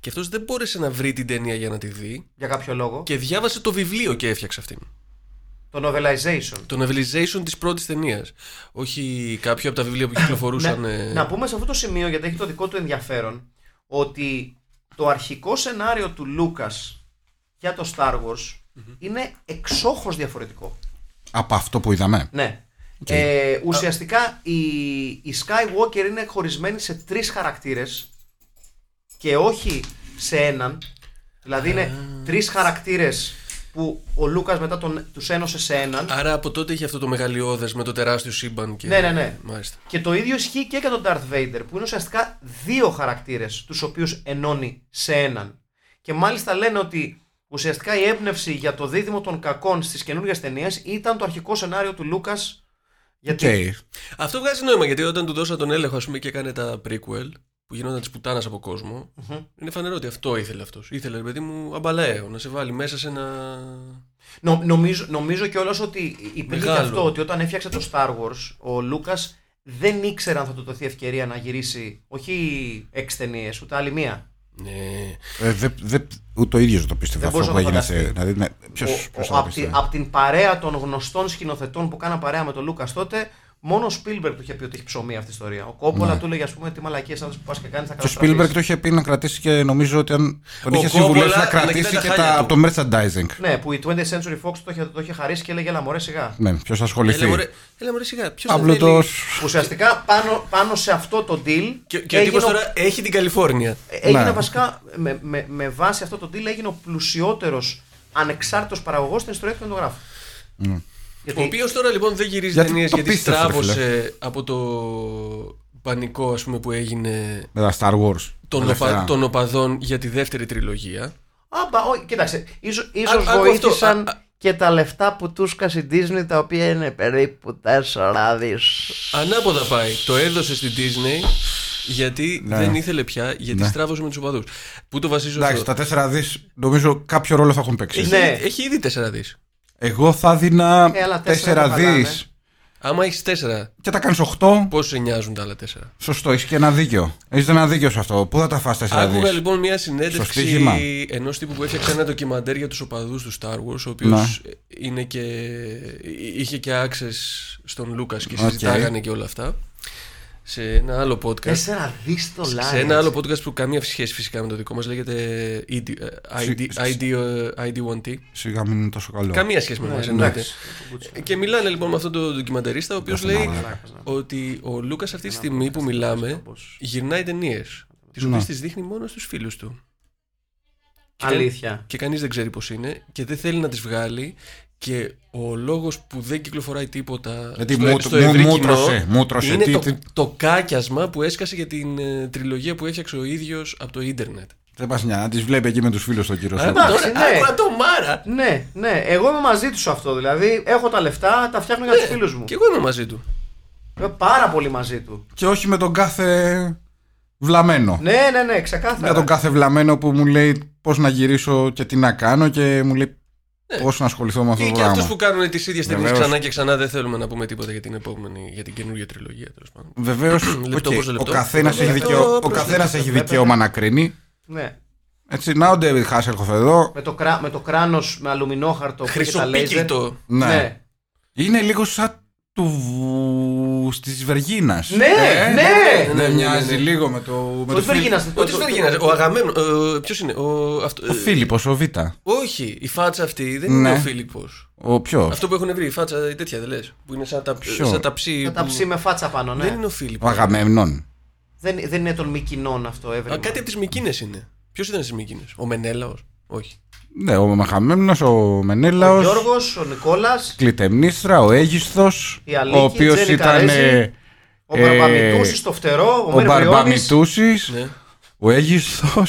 E: και αυτός δεν μπόρεσε να βρει την ταινία για να τη δει
C: Για κάποιο λόγο.
E: και διάβασε το βιβλίο και έφτιαξε αυτήν.
C: Το novelization.
E: Το novelization της πρώτης ταινίας. Όχι κάποιο από τα βιβλία που κυκλοφορούσαν...
C: να,
E: ε,
C: Ναι. να πούμε σε αυτό το σημείο, γιατί έχει το δικό του ενδιαφέρον, ότι το αρχικό σενάριο του Λούκα για το Star Wars είναι εξόχως διαφορετικό.
D: Από αυτό που είδαμε.
C: Ναι. Ε, ουσιαστικά η, η Skywalker είναι χωρισμένη σε τρεις χαρακτήρες και όχι σε έναν. Δηλαδή είναι τρεις χαρακτήρες που ο Λούκας μετά τον, τους ένωσε σε έναν.
E: Άρα από τότε είχε αυτό το μεγαλειώδες με το τεράστιο σύμπαν και...
C: Ναι, ναι, ναι.
E: Μάλιστα.
C: Και το ίδιο ισχύει και για τον Darth Vader, που είναι ουσιαστικά δύο χαρακτήρες, τους οποίους ενώνει σε έναν. Και μάλιστα λένε ότι ουσιαστικά η έμπνευση για το δίδυμο των κακών στις καινούργιες ταινίες ήταν το αρχικό σενάριο του Λούκας. Γιατί.
D: Okay.
E: Αυτό βγάζει νόημα γιατί όταν του δώσα τον έλεγχο ας πούμε και έκανε τα prequel που γινόταν τη πουτάνας από κόσμο, είναι φανερό ότι αυτό ήθελε αυτός. Ήθελε, ρε παιδί μου, αμπαλαίο, να σε βάλει μέσα σε ένα.
C: Νο- νομίζω, νομίζω κιόλας ότι υπήρχε και
E: Μεγάλο.
C: αυτό ότι όταν έφτιαξε το Star Wars, ο Λούκας δεν ήξερε αν θα του δοθεί ευκαιρία να γυρίσει όχι έξι ταινίες, ούτε άλλη μία.
E: Ναι.
D: Ε, δε, δε, ούτε ο ίδιο το πίστευε
C: Δεν
D: αυτό
C: μπορούσα
D: που
C: να το
D: έγινε. Σε,
C: φανταστεί.
D: δηλαδή, ναι, ποιος, ποιος θα το
C: από, την,
D: πίστευε.
C: απ' την παρέα των γνωστών σκηνοθετών που κάναν παρέα με τον Λούκας τότε, Μόνο ο Spielberg του είχε πει ότι έχει ψωμί αυτή η ιστορία. Ο Κόμπολα του έλεγε, ας πούμε, τι μαλακίες άντρε που πας και κάνεις θα
D: Και ο
C: καταστραφείς.
D: Ναι. Spielberg το είχε πει να κρατήσει και νομίζω ότι αν τον
E: Ο
D: είχε συμβουλεύσει
E: Coppola
D: να
E: ανακοινά
D: κρατήσει
E: τα
D: και
E: χάλια
D: τα,
E: του.
D: από το merchandising.
C: Ναι, που η 20th Century Fox το είχε, το είχε χαρίσει και έλεγε, έλα μωρέ σιγά.
D: Ναι, ποιος θα
E: Έλα
D: ασχοληθεί.
E: μωρέ, έλα, μωρέ, σιγά. Ποιος θα
D: Απλούτο.
E: θέλει.
C: Ουσιαστικά πάνω, πάνω σε αυτό το deal.
E: Και, και ο
C: έγινε
E: τύπο
C: ο-
E: τώρα έχει την Καλιφόρνια.
C: Έγινε
D: Ναι.
C: βασικά με, με, με βάση αυτό το deal έγινε ο πλουσιότερος ανεξάρτητος παραγωγός στην ιστορία του κινηματογράφου.
E: Ο
C: Γιατί
E: οποίος τώρα λοιπόν δεν γυρίζει
D: Γιατί
E: ταινίες
D: το
E: γιατί
D: πίστευε, ρε φίλε.
E: στράβωσε από το πανικό ας πούμε, που έγινε
D: Με τα Star Wars.
E: των,
D: Τελευταία.
E: οπα- των οπαδών για τη δεύτερη τριλογία.
C: Άμπα, ό, κοίταξε. ίσως ίσως
E: Α- άκου αυτό.
C: βοήθησαν
E: Α- α-
C: και τα λεφτά που του σκάσε η Disney, τα οποία είναι περίπου 4 δι.
E: Ανάποδα πάει. Το έδωσε στην Disney γιατί δεν ήθελε πια, γιατί στράβωσε με τους οπαδούς. Πού το βασίζω
D: Εντάξει,
E: αυτό.
D: τα τέσσερα δις νομίζω κάποιο ρόλο θα έχουν
E: Ε,
D: παίξει.
C: Ναι.
E: Έχει, έχει ήδη τέσσερα δις.
D: Εγώ θα δίνα
C: Ε, αλλά τέσσερα
D: τέσσερα
C: τα
D: δι
C: βάλανε.
E: Άμα έχεις τέσσερα,
D: και τα κάνει 8.
E: πώς σε νοιάζουν τα άλλα τέσσερα.
D: Σωστό, έχεις και ένα δίκιο. Έχεις ένα δίκιο σε αυτό. Πού θα τα φας τέσσερα
E: Άκουγα
D: δις.
E: λοιπόν μια
D: Σωστή
E: συνέντευξη
D: γήμα.
E: ενός τύπου που έφτιαξε ένα ντοκιμαντέρ για τους οπαδούς του Star Wars, ο οποίος
D: Ναι.
E: είναι και. είχε και access στον Λούκα και
D: Οκ.
E: συζητάγανε και όλα αυτά. Σε ένα άλλο podcast.
C: 4 δι δολάρια.
E: Σε ένα άλλο podcast που καμία σχέση φυσικά με το δικό μας λέγεται ID, ID, ID, ID1T.
D: Σιγά μην είναι τόσο καλό.
E: Καμία σχέση
C: Ναι,
E: με εμάς εννοείται. Ναι, Και μιλάνε λοιπόν με αυτόν τον ντοκιμαντερίστα, ο οποίος λέει ότι ο Λούκας αυτή τη στιγμή που μιλάμε γυρνάει ταινίες. Τις οποίε
D: Ναι.
E: τις δείχνει μόνο στους φίλους του. Και κα-
C: Αλήθεια.
E: Και κανείς δεν ξέρει πώς είναι και δεν θέλει να τις βγάλει. Και ο λόγος που δεν κυκλοφοράει τίποτα.
D: Γιατί
E: στο,
D: μου-
E: στο
D: μου-
E: ευρύ
D: μου
E: κοινό
D: τρωσε, μου τρωσε.
E: Είναι
D: Τι-
E: το,
D: τι-
E: το κάκιασμα που έσκασε για την ε, τριλογία που έφτιαξε ο ίδιος από το ίντερνετ.
D: Δεν πας μια να τις βλέπει εκεί με τους φίλους τον κύριο
E: Α,
D: σου.
E: τώρα,
C: ναι.
E: άκουα το Μάρα!
C: Ναι, ναι, εγώ είμαι μαζί τους σε αυτό. Δηλαδή, έχω τα λεφτά, τα φτιάχνω για τους φίλους μου.
E: Ναι. Και εγώ είμαι μαζί του.
C: Είμαι πάρα πολύ μαζί του.
D: Και όχι με τον κάθε βλαμένο.
C: Ναι, ναι, ναι, ξεκάθαρα.
D: Για τον κάθε βλαμένο που μου λέει πώς να γυρίσω και τι να κάνω και μου λέει
C: Ε.
D: πώς να ασχοληθώ με αυτό
E: Και,
D: το
E: και αυτούς που
D: πράγμα.
E: κάνουν τις ίδιες
D: Ναι,
E: ταινίε
D: Βεβαίως.
E: ξανά και ξανά δεν θέλουμε να πούμε τίποτα για την επόμενη, για την καινούργια τριλογία τέλος πάντων.
D: Βεβαίως,
E: Λεπτό προς λεπτό.
D: ο καθένα
E: Λεπτό
D: έχει,
E: προς
D: δικαιω- ο
E: λεπτό.
D: καθένας έχει δικαίωμα να κρίνει.
C: Ναι.
D: Έτσι, να ο Ντέβιτ Χάσελχοφ εδώ.
C: Με το, κρά... με το κράνος με αλουμινόχαρτο που είχε τα λέιζερ.
E: Χρυσοπίκητο.
D: Ναι.
C: Ναι.
D: Είναι λίγο σαν του τη Βεργίνας.
C: Ναι, ναι.
D: Δεν μοιάζει λίγο με το. με
C: Ο
D: το Φίλι-
C: Σβεργίνας, το-
E: Ό,τι
C: το-
E: Σβεργίνα. Ο Αγαμένον. Ποιος είναι. Ο, αυτό,
D: Ο
E: ε,
D: Φίλιππος, ο Β.
E: όχι, η φάτσα αυτή δεν
D: Ναι.
E: είναι ο Φίλιππος.
D: Ο ποιος.
E: Αυτό που έχουν βρει, η φάτσα η τέτοια δεν λες. Που είναι σαν τα,
D: Ποιο?
E: σαν τα ψή.
C: Θα τα
E: που-
C: ψή με φάτσα πάνω, ναι.
E: Δεν
C: Δεν,
E: είναι ο Φίλιππος.
D: Ο Αγαμέμνων.
C: δεν, είναι των Μικινών αυτό, έβρεμα.
E: Α, Κάτι από τις Μικίνες είναι. Ποιος ήταν στις Μικίνες. Ο Μενέλαος. Όχι.
D: Ναι, ο Μαχαμέμνο, ο
C: Ο
D: Μενέλαο.
C: Γιώργος, ο Νικόλας,
D: Κλητεμνίστρα, ο Αίγιστος.
C: Η Αλίκη,
D: Ο οποίος
C: η Τζένι
D: ήταν.
C: Καρέζη, ο
D: ε,
C: Μπαρμπαμιτούσης στο φτερό, ο,
D: ο
C: Μερβριώνης.
D: Μπαρμπαμιτούση,
E: Ναι.
D: ο Αίγιστος.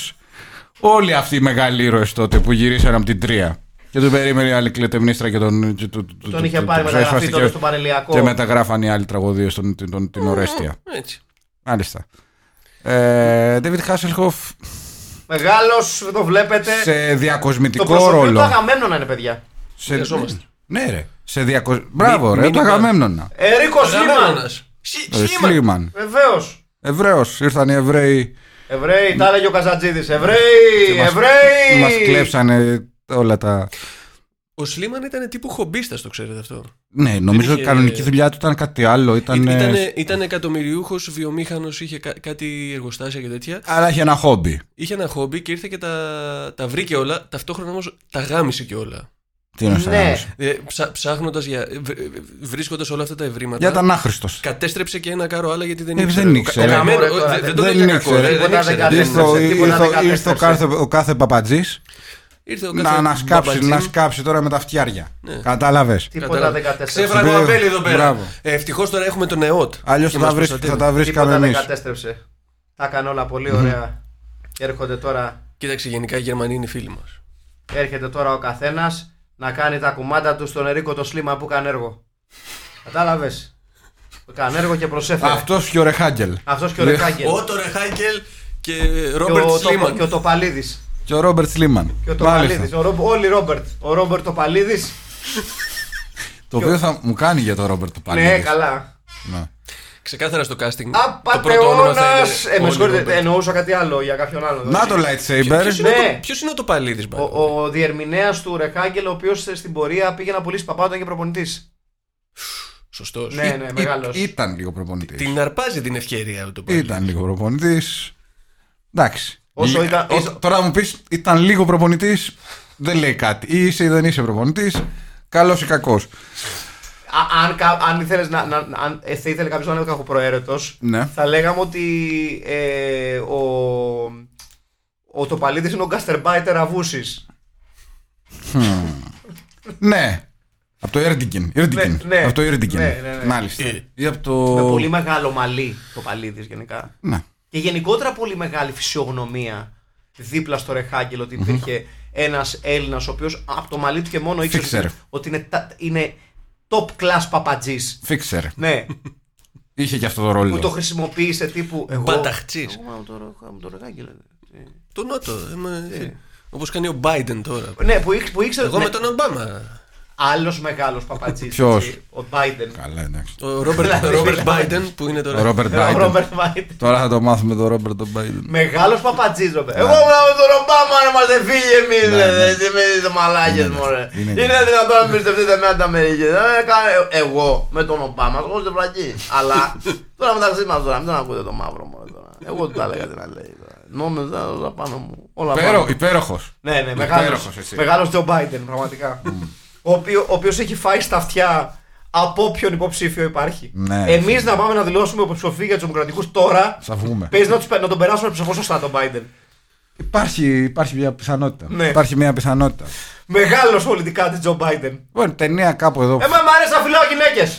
D: Όλοι αυτοί οι μεγάλοι ήρωες τότε που γυρίσαν από την Τρία. Και τον περίμενε η άλλη κλητεμνίστρα και τον. και του- του-
C: Τον
D: του-
C: είχε
D: του-
C: πάρει
D: του-
C: μεταγραφή
D: έσφασε
C: τότε
D: και-
C: στον Πανελιακό.
D: Και μεταγράφαν οι άλλοι τραγωδίες στον- την- τον- την Ορέστια.
E: Έτσι.
D: Μάλιστα. Ε, David Hasselhoff
C: Μεγάλος, το βλέπετε.
D: σε
C: Ναι. το
D: διακοσμητικό
C: προσωπικό του
D: ρόλο.
C: αγαμέμνονα είναι, παιδιά.
D: Σε...
E: Χρειαζόμαστε.
D: Ναι, ρε. Σε διακο... Μπράβο, ρε. Το
E: μήνυμα.
D: Αγαμέμνονα.
C: Ερίκος Λίμαν.
E: Αγαμένονας.
D: Ε,
E: Σλίμαν.
D: Σλίμαν.
C: Βεβαίως.
D: Εβραίος. Ήρθαν οι Εβραίοι.
C: Εβραίοι, τα έλεγε ο Καζατζίδης. Εβραίοι, Εβραίοι.
D: Μας κλέψανε όλα τα.
E: Ο Σλίμαν ήταν τύπου χομπίστας, το ξέρετε αυτό.
D: Ναι, νομίζω
E: είχε-
D: η κανονική δουλειά του ήταν κάτι άλλο. Ήταν.
E: Ήταν,
D: ε,
E: ήτανε, ήταν εκατομμυριούχος, βιομήχανος, είχε κα- κάτι εργοστάσια και τέτοια.
D: Αλλά είχε ένα χόμπι.
E: Είχε ένα χόμπι και ήρθε και τα, τα βρήκε όλα. Ταυτόχρονα όμως τα γάμισε και όλα.
D: Τι είναι αυτό.
C: Ναι.
E: Ε, ψα, ε, Ψάχνοντα, βρίσκοντας όλα αυτά τα ευρήματα.
D: Για ήταν άχρηστος.
E: Κατέστρεψε και ένα κάρο άλλα γιατί δεν
D: Ε,
E: ήξερε.
D: δεν
E: Ο-
D: ήξερε.
E: ο Γαμένο-
C: Ωραία, τώρα,
E: δε-
C: δεν-
E: δεν τον
D: δεν
E: έκανε
D: ήξερε.
E: κακό, ρε,
C: Τίποτα
E: δεν
C: δεν
E: ήξερε.
C: κατέστρεψε.
E: δεν-
D: Ήρθε ο-
C: δεν-
D: ήρθε ο-
C: δεν-
D: ήρθε ο κάθε- ο κάθε παπατζής
E: Ήρθε ο
D: να,
E: κάθε Ναι.
D: να, σκάψει,
E: μπαμπατζή.
D: να σκάψει τώρα με τα φτιάρια. Κατάλαβες.
C: Τίποτα
E: Κατάλαβες.
C: δεν κατέστρεψε.
E: Ξέφραγε ο
D: Μπράβο.
E: Αμπέλη εδώ πέρα.
D: Μπράβο.
E: Ευτυχώς τώρα έχουμε τον ΕΟΤ.
D: Αλλιώς
E: Και
D: θα, τα
E: μας
D: βρεις- θα
E: προστατεύει.
D: τα βρίσκαμε
C: Τίποτα δεν
D: εμεί.
C: κατέστρεψε. Τα έκανε όλα πολύ ωραία. Έρχονται τώρα
E: Κοίταξε, γενικά οι Γερμανοί είναι φίλοι μας.
C: Έρχεται τώρα ο καθένας να κάνει τα κουμάντα του στον Ερίκο το σλίμα που έκανε έργο. Κατάλαβες. Έκανε έργο και προσέφερε. Αυτός
D: Αυτό και ο Ρεχάγκελ.
C: και ο Ρεκάκελ.
E: Ο Ρεχάγκελ και
C: Και
E: Ρόμπερτ
C: ο, το,
E: Σλίμαν.
C: και ο Τοπαλίδης.
D: Και ο Ρόμπερτ Σλίμαν.
C: Και ο
D: Μάλιστα.
C: Τοπαλίδη. Ο Ρομπ- Όλοι Ρόμπερτ. Ο Ρόμπερτ Τοπαλίδη.
D: Το οποίο θα μου κάνει για τον Ρόμπερτ του Παλίδη.
C: Ναι, καλά.
D: Ναι.
E: Ξεκάθαρα στο casting. το πρώτο όνομα θα
C: Απαταιώνα!
E: είναι
C: Ε, με
E: όλοι
C: συγχωρείτε,
E: Ρόμπερτ.
C: εννοούσα κάτι άλλο για κάποιον άλλον.
D: Να το
E: Ποιος
D: lightsaber.
E: είναι
C: Ναι.
E: το- Ποιος είναι ο Τοπαλίδης μπα.
C: Ο, ο διερμηνέας του Ρεκάγκελ, ο οποίος στην πορεία πήγε να πουλήσει παπά, ήταν και προπονητής.
E: Σωστός.
C: Ναι, ναι, μεγάλο.
D: Ή- Ήταν λίγο προπονητής.
E: Την αρπάζει την ευκαιρία του πάλι.
D: Ήταν λίγο προπονητής. Εντάξει.
C: Όσο
D: Λι-
C: ήταν-
D: ό-
C: ήταν-
D: Τώρα μου πεις, ήταν λίγο προπονητής, δεν λέει κάτι. Ή είσαι ή δεν είσαι προπονητής, καλός ή κακός.
C: Αν, κα- αν, ήθελες να, να, να- αν ε, θα ήθελε κάποιος να είναι κακοπροαίρετος,
D: Ναι.
C: θα λέγαμε ότι ε, ο, ο Τοπαλίδης είναι ο Γκαστερμπάιτερ Αβούσης.
D: Ναι. Από το Ερντικιν. Ερντικιν.
C: Ναι, ναι.
D: Από το Ερντικιν.
C: Ναι, ναι, ναι.
D: Μάλιστα.
E: Ε.
D: Ή από το.
C: Με πολύ μεγάλο μαλλί το Παλίδη γενικά.
D: Ναι.
C: Και γενικότερα πολύ μεγάλη φυσιογνωμία δίπλα στο Ρεχάγκελ ότι υπήρχε ένας Έλληνας ο οποίος από το μαλλί του και μόνο ήξερε
D: Fixer.
C: ότι- ότι είναι, τα- είναι top class παπατζής.
D: Φίξερ.
C: Ναι,
D: Είχε και αυτό το ρόλο.
C: που το χρησιμοποίησε τύπου. Εγώ.
E: Μπαταχτσής.
C: Εγώ μάλλον το Ρε- μου το Ρεχάγκελ. ε,
E: Το Νότο. Όπως κάνει ο Biden τώρα.
C: ε. Ναι, που, ήξ- που ήξερε.
E: Εγώ
C: ναι,
E: με τον Ομπάμα.
C: Άλλος μεγάλος παπατζή.
D: Ποιος?
C: Ο Biden.
D: Καλά, εντάξει.
E: Ο
C: Ναι.
E: Ρόμπερτ Biden που είναι
D: Ο
E: τώρα.
D: Ρόμπερτ
C: Ο
D: Μπάιντεν.
C: Ρόμπερτ Biden.
D: Τώρα θα το μάθουμε τον Ρόμπερτ Μπάιντεν.
C: Μεγάλο παπατζή, ρε παιδί. Εγώ ήμουν με τον Ομπάμα να είμαστε φίλοι εμείς.
D: Ναι, ναι.
C: Δεν με δείτε μαλάκε μου, ρε.
D: Είναι
C: Είναι δυνατόν να πιστευτείτε με τα μερικέ. ε, Εγώ με τον Ομπάμα, εγώ είστε βλακή. Αλλά τώρα μεταξύ μας τώρα, μην τον ακούτε το μαύρο μου τώρα. Εγώ του τα έλεγα τι να λέει. τώρα. Νόμιζα όλα πάνω μου. Όλα πάνω μου.
D: Υπέροχος.
C: Ναι, ναι, μεγάλος.
D: υπέροχος εσύ. Mm.
C: Μεγάλος Τζο Μπάιντεν, πραγματικά. ο οποίο έχει φάει στα αυτιά από όποιον υποψήφιο υπάρχει.
D: Ναι,
C: Εμείς
D: εσύ.
C: να πάμε να δηλώσουμε υποψηφία για τους Δημοκρατικούς τώρα.
D: Θα βγούμε.
C: Παίζει να, τους πε- να τον περάσουμε ψηφό σωστά τον Biden.
D: Υπάρχει, υπάρχει μια πιθανότητα.
C: Ναι.
D: Υπάρχει μια πιθανότητα.
C: Μεγάλος πολιτικά της Τζο Ε, Biden.
D: Λοιπόν, ταινία κάπου εδώ.
C: Εμένα μου αρέσει να φιλάω γυναίκε.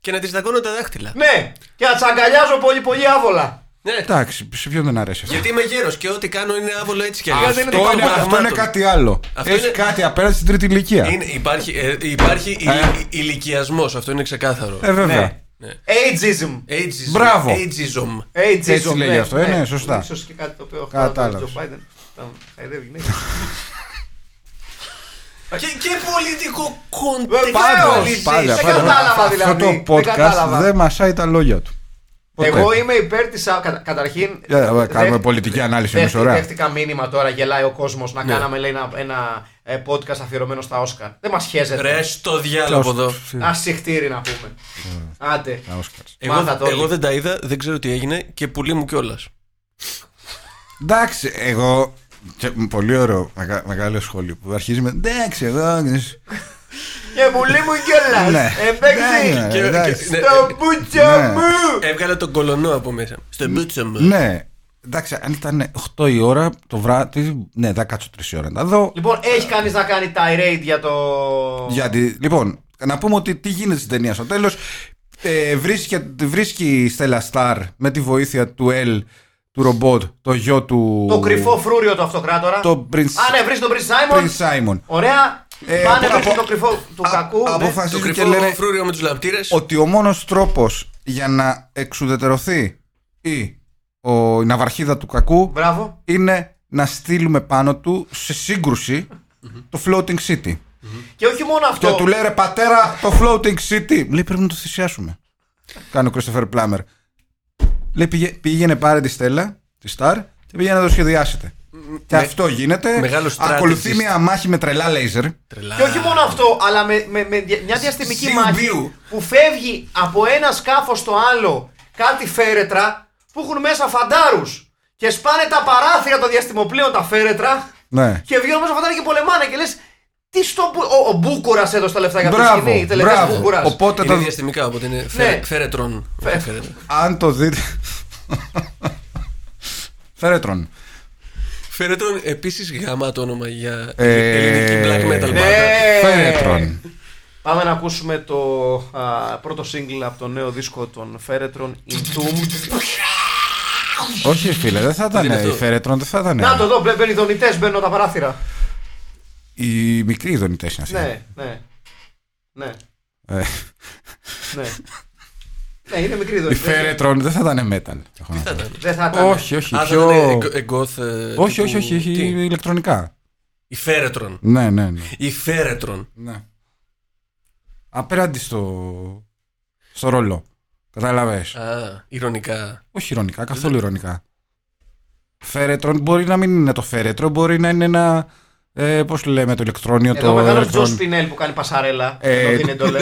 E: Και να τη δαγκώνω τα δάχτυλα.
C: ναι, και να τσαγκαλιάζω πολύ πολύ άβολα.
E: Ναι.
D: Εντάξει, σε ποιον δεν αρέσει αυτό.
E: Γιατί είμαι γέρος και ό,τι κάνω είναι άβολο έτσι κι
C: Αυτό
E: αλλιώ.
C: είναι
D: Αυτό είναι,
C: Υπάρχουν
D: αυτό είναι κάτι άλλο.
E: Αυτό
D: Έχεις
E: είναι-
D: κάτι απέναντι στην τρίτη ηλικία.
E: Είναι, υπάρχει ε, υπάρχει ηλι-
D: Ε.
E: ηλικιασμός, αυτό είναι ξεκάθαρο.
D: Ε, βέβαια.
C: Ναι. Ageism.
E: Ageism.
D: Μπράβο.
E: Ageism.
C: Ageism.
D: Έτσι λέγει αυτό, ε, ναι, σωστά.
C: Ίσως και κάτι το οποίο
D: Κατάλαβες.
C: χάρη στον Τζο Biden. Τα χαϊδεύει γυναίκες.
E: Και, και πολιτικό
C: Ε,
E: κοντέξτ.
C: πάντα,
E: πολιτικής.
C: πάντα.
E: Ε,
C: Δεν κατάλαβα
D: Αυτό
C: δηλαδή,
D: το
C: δεν κατάλαβα.
D: podcast δεν μασάει τα λόγια του. Ποτέ.
C: Εγώ είμαι υπέρ της. Καταρχήν.
D: Για να
C: δε-
D: κάνουμε
C: δε-
D: πολιτική ανάλυση
C: δε-
D: εμείς, ωραία. Ναι.
C: Δέχτηκα μήνυμα τώρα, γελάει ο κόσμος να κάναμε λέει, ένα, ένα ε, podcast αφιερωμένο στα Όσκαρ. Δεν μας χέζεται.
E: Ρε στο διάλογο από εδώ.
C: Ασυχτήρι να πούμε.
D: Ναι.
C: Άντε.
D: Τα Όσκαρ.
E: Εγώ,
C: Μάθα το όλοι.
E: εγώ δεν τα είδα, δεν ξέρω τι έγινε και πουλί μου κιόλας.
D: Εντάξει, εγώ. και Πολύ ωραίο μεγα- μεγάλο σχόλιο που αρχίζει με. Εντάξει, εγώ.
C: Και πουλί Ε, μου κιόλας.
D: Ναι. Ναι,
C: Εμπέξει.
D: ναι. εντάξει.
C: Το
D: Ναι.
C: μπουτσο μου.
E: Έβγαλε τον κολονό από μέσα. Στο μπούτσο μου.
D: Ναι. Εντάξει, αν ήταν 8 η ώρα το βράδυ. Ναι, θα κάτσω 3 η ώρα να τα δω.
C: Λοιπόν, έχει κανείς να κάνει tirade για το.
D: Γιατί, λοιπόν, να πούμε ότι τι γίνεται στην ταινία στο τέλος. Ε, βρίσκει, βρίσκει η Στέλλα Σταρ με τη βοήθεια του Ελ, του ρομπότ, το γιο του.
C: Το κρυφό φρούριο του αυτοκράτορα.
D: Το Prince,
C: Α, ναι, βρίσκει τον Prince Simon.
D: Prince Simon.
C: Ωραία.
D: Ε,
C: Πάνε
D: απο-
C: βρίσκει
D: απο-
C: το κρυφό του
D: α-
C: κακού. ναι.
E: Το
D: Αποφασίζουν και
E: κρυφό
D: λένε
E: φρούριο με τους λαμπτήρες.
D: ότι ο μόνος τρόπος για να εξουδετερωθεί ή ο, η ναυαρχίδα του κακού
C: Μπράβο.
D: είναι να στείλουμε πάνω του σε σύγκρουση το floating city.
C: Και όχι μόνο
D: Και
C: αυτό.
D: του λέει ρε πατέρα το floating city. Λέει πρέπει να το θυσιάσουμε. Κάνει ο Christopher Plummer. Λέει «Πήγε- πήγαινε πάρε τη Στέλλα, τη Star και πήγαινε να το σχεδιάσετε. Και αυτό γίνεται.
E: μεγάλος
D: Ακολουθεί
E: strategist.
D: μια μάχη με τρελά λέιζερ.
E: Τρελά.
C: Και όχι μόνο αυτό, αλλά με, με, με δια- μια διαστημική
E: Ζιουμπίου.
C: μάχη που φεύγει από ένα σκάφος στο άλλο κάτι φέρετρα που έχουν μέσα φαντάρους. Και σπάνε τα παράθυρα των διαστημοπλέων τα φέρετρα
D: Ναι.
C: και βγαίνουν μέσα φαντάρια και πολεμάνε. Και λες, τι στο. που- Ο, ο Μπούκουρας έδωσε τα λεφτά για αυτή τη
D: Μπράβο,
C: σκηνή. Η τελευταία
D: μπράβο.
C: Μπούκουρας.
D: Οπότε
E: Είναι
D: τα-
E: διαστημικά οπότε είναι Ε, φέρε-
C: Ναι.
E: φέρετρον.
C: Φε-
E: Φέρετρον.
D: αν το δείτε. Φερέτρον.
E: Φέρετρον επίσης γάμα το όνομα για
D: Ε,
E: ελληνική black metal.
D: ναι.
C: ε,
E: μπάντα.
D: Φερέτρον.
C: Πάμε να ακούσουμε το α, πρώτο σύγκλι από το νέο δίσκο των Φέρετρων Entombed.
D: Όχι, φίλε, δεν θα ήταν
E: είναι αυτό.
D: η Φερέτρον, δεν θα ήταν.
C: Να το δω, μπλε- μπαίνουν οι δονητές, μπαίνουν τα παράθυρα.
D: Οι μικροί δονητές είναι αυτοί.
C: Ναι, ναι. Ναι.
D: Ε,
C: Ναι. ναι, είναι μικρή
D: Η
C: δομή. Δεν-
D: Φερέτρον δεν θα ήταν metal. έχω να πω.
C: Δεν θα ήταν.
D: Όχι, όχι.
E: Α,
D: πιο-
E: δεν είναι εγ- εγκόθ, ε,
D: Όχι,
E: τύπου-
D: όχι, όχι. έχει
E: Τι?
D: Ηλεκτρονικά.
E: Η Φέρετρον.
D: Ναι, ναι, ναι.
E: Η Φέρετρον.
D: ναι. Απέναντι στο, στο ρόλο. Κατάλαβε.
E: Ε. Α, ηρωνικά.
D: Όχι ηρωνικά, καθόλου ηρωνικά. Φέρετρον μπορεί να μην είναι το φέρετρο, μπορεί να είναι ένα Ε, Πώς λέμε το ηλεκτρόνιο,
C: Εδώ ο
D: το.
C: μεγάλο Τζο
D: ηλεκτρόν-
C: Σπινέλ που κάνει πασαρέλα.
D: Ε,
C: Εδώ δίνει εντολέ.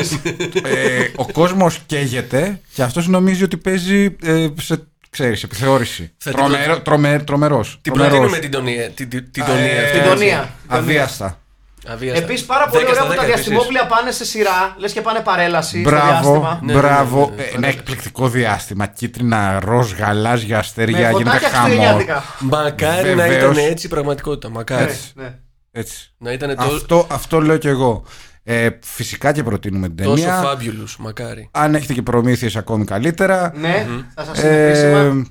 D: ε, ο κόσμος καίγεται και αυτός νομίζει ότι παίζει ε, σε ξέρεις, επιθεώρηση.
E: Θα την
D: Τρομερό.
E: προ-
D: Τρομε, τρομερός.
E: Την
D: Τρομερός.
E: προτείνουμε την τονία. Την, την, την τονία
D: Ε,
E: αυτή.
C: Την τονία.
D: Αβίαστα.
E: Αβίαστα.
C: Επίσης πάρα πολύ
E: Δέκα στα
C: ωραία που τα
E: δέκα επίσης.
C: διαστημόπλια πάνε σε σειρά. Λες και πάνε παρέλαση. στο
D: Μπράβο,
C: διάστημα.
E: Ναι, ναι,
D: μπράβο.
E: ναι, ναι, ναι.
D: Ε, Ένα εκπληκτικό διάστημα. Κίτρινα, ροζ, γαλάζια,
C: Με
D: αστέρια. Γίνεται
C: φωτάκια
D: χαμό.
C: χριστουγεννιάτικα.
E: Μακάρι να
D: Βεβαίως.
E: ήταν έτσι η πραγματικότητα. Μακάρι.
C: Ναι, ναι.
D: Έτσι.
E: Να ήταν τόσο
D: Αυτό, αυτό λέω και εγώ. Ε, φυσικά και προτείνουμε την ταινία.
E: fabulous. Μακάρι.
D: Αν έχετε και προμήθειες ακόμη καλύτερα.
C: Ναι, θα σας είναι
D: Ε,
C: χρήσιμα.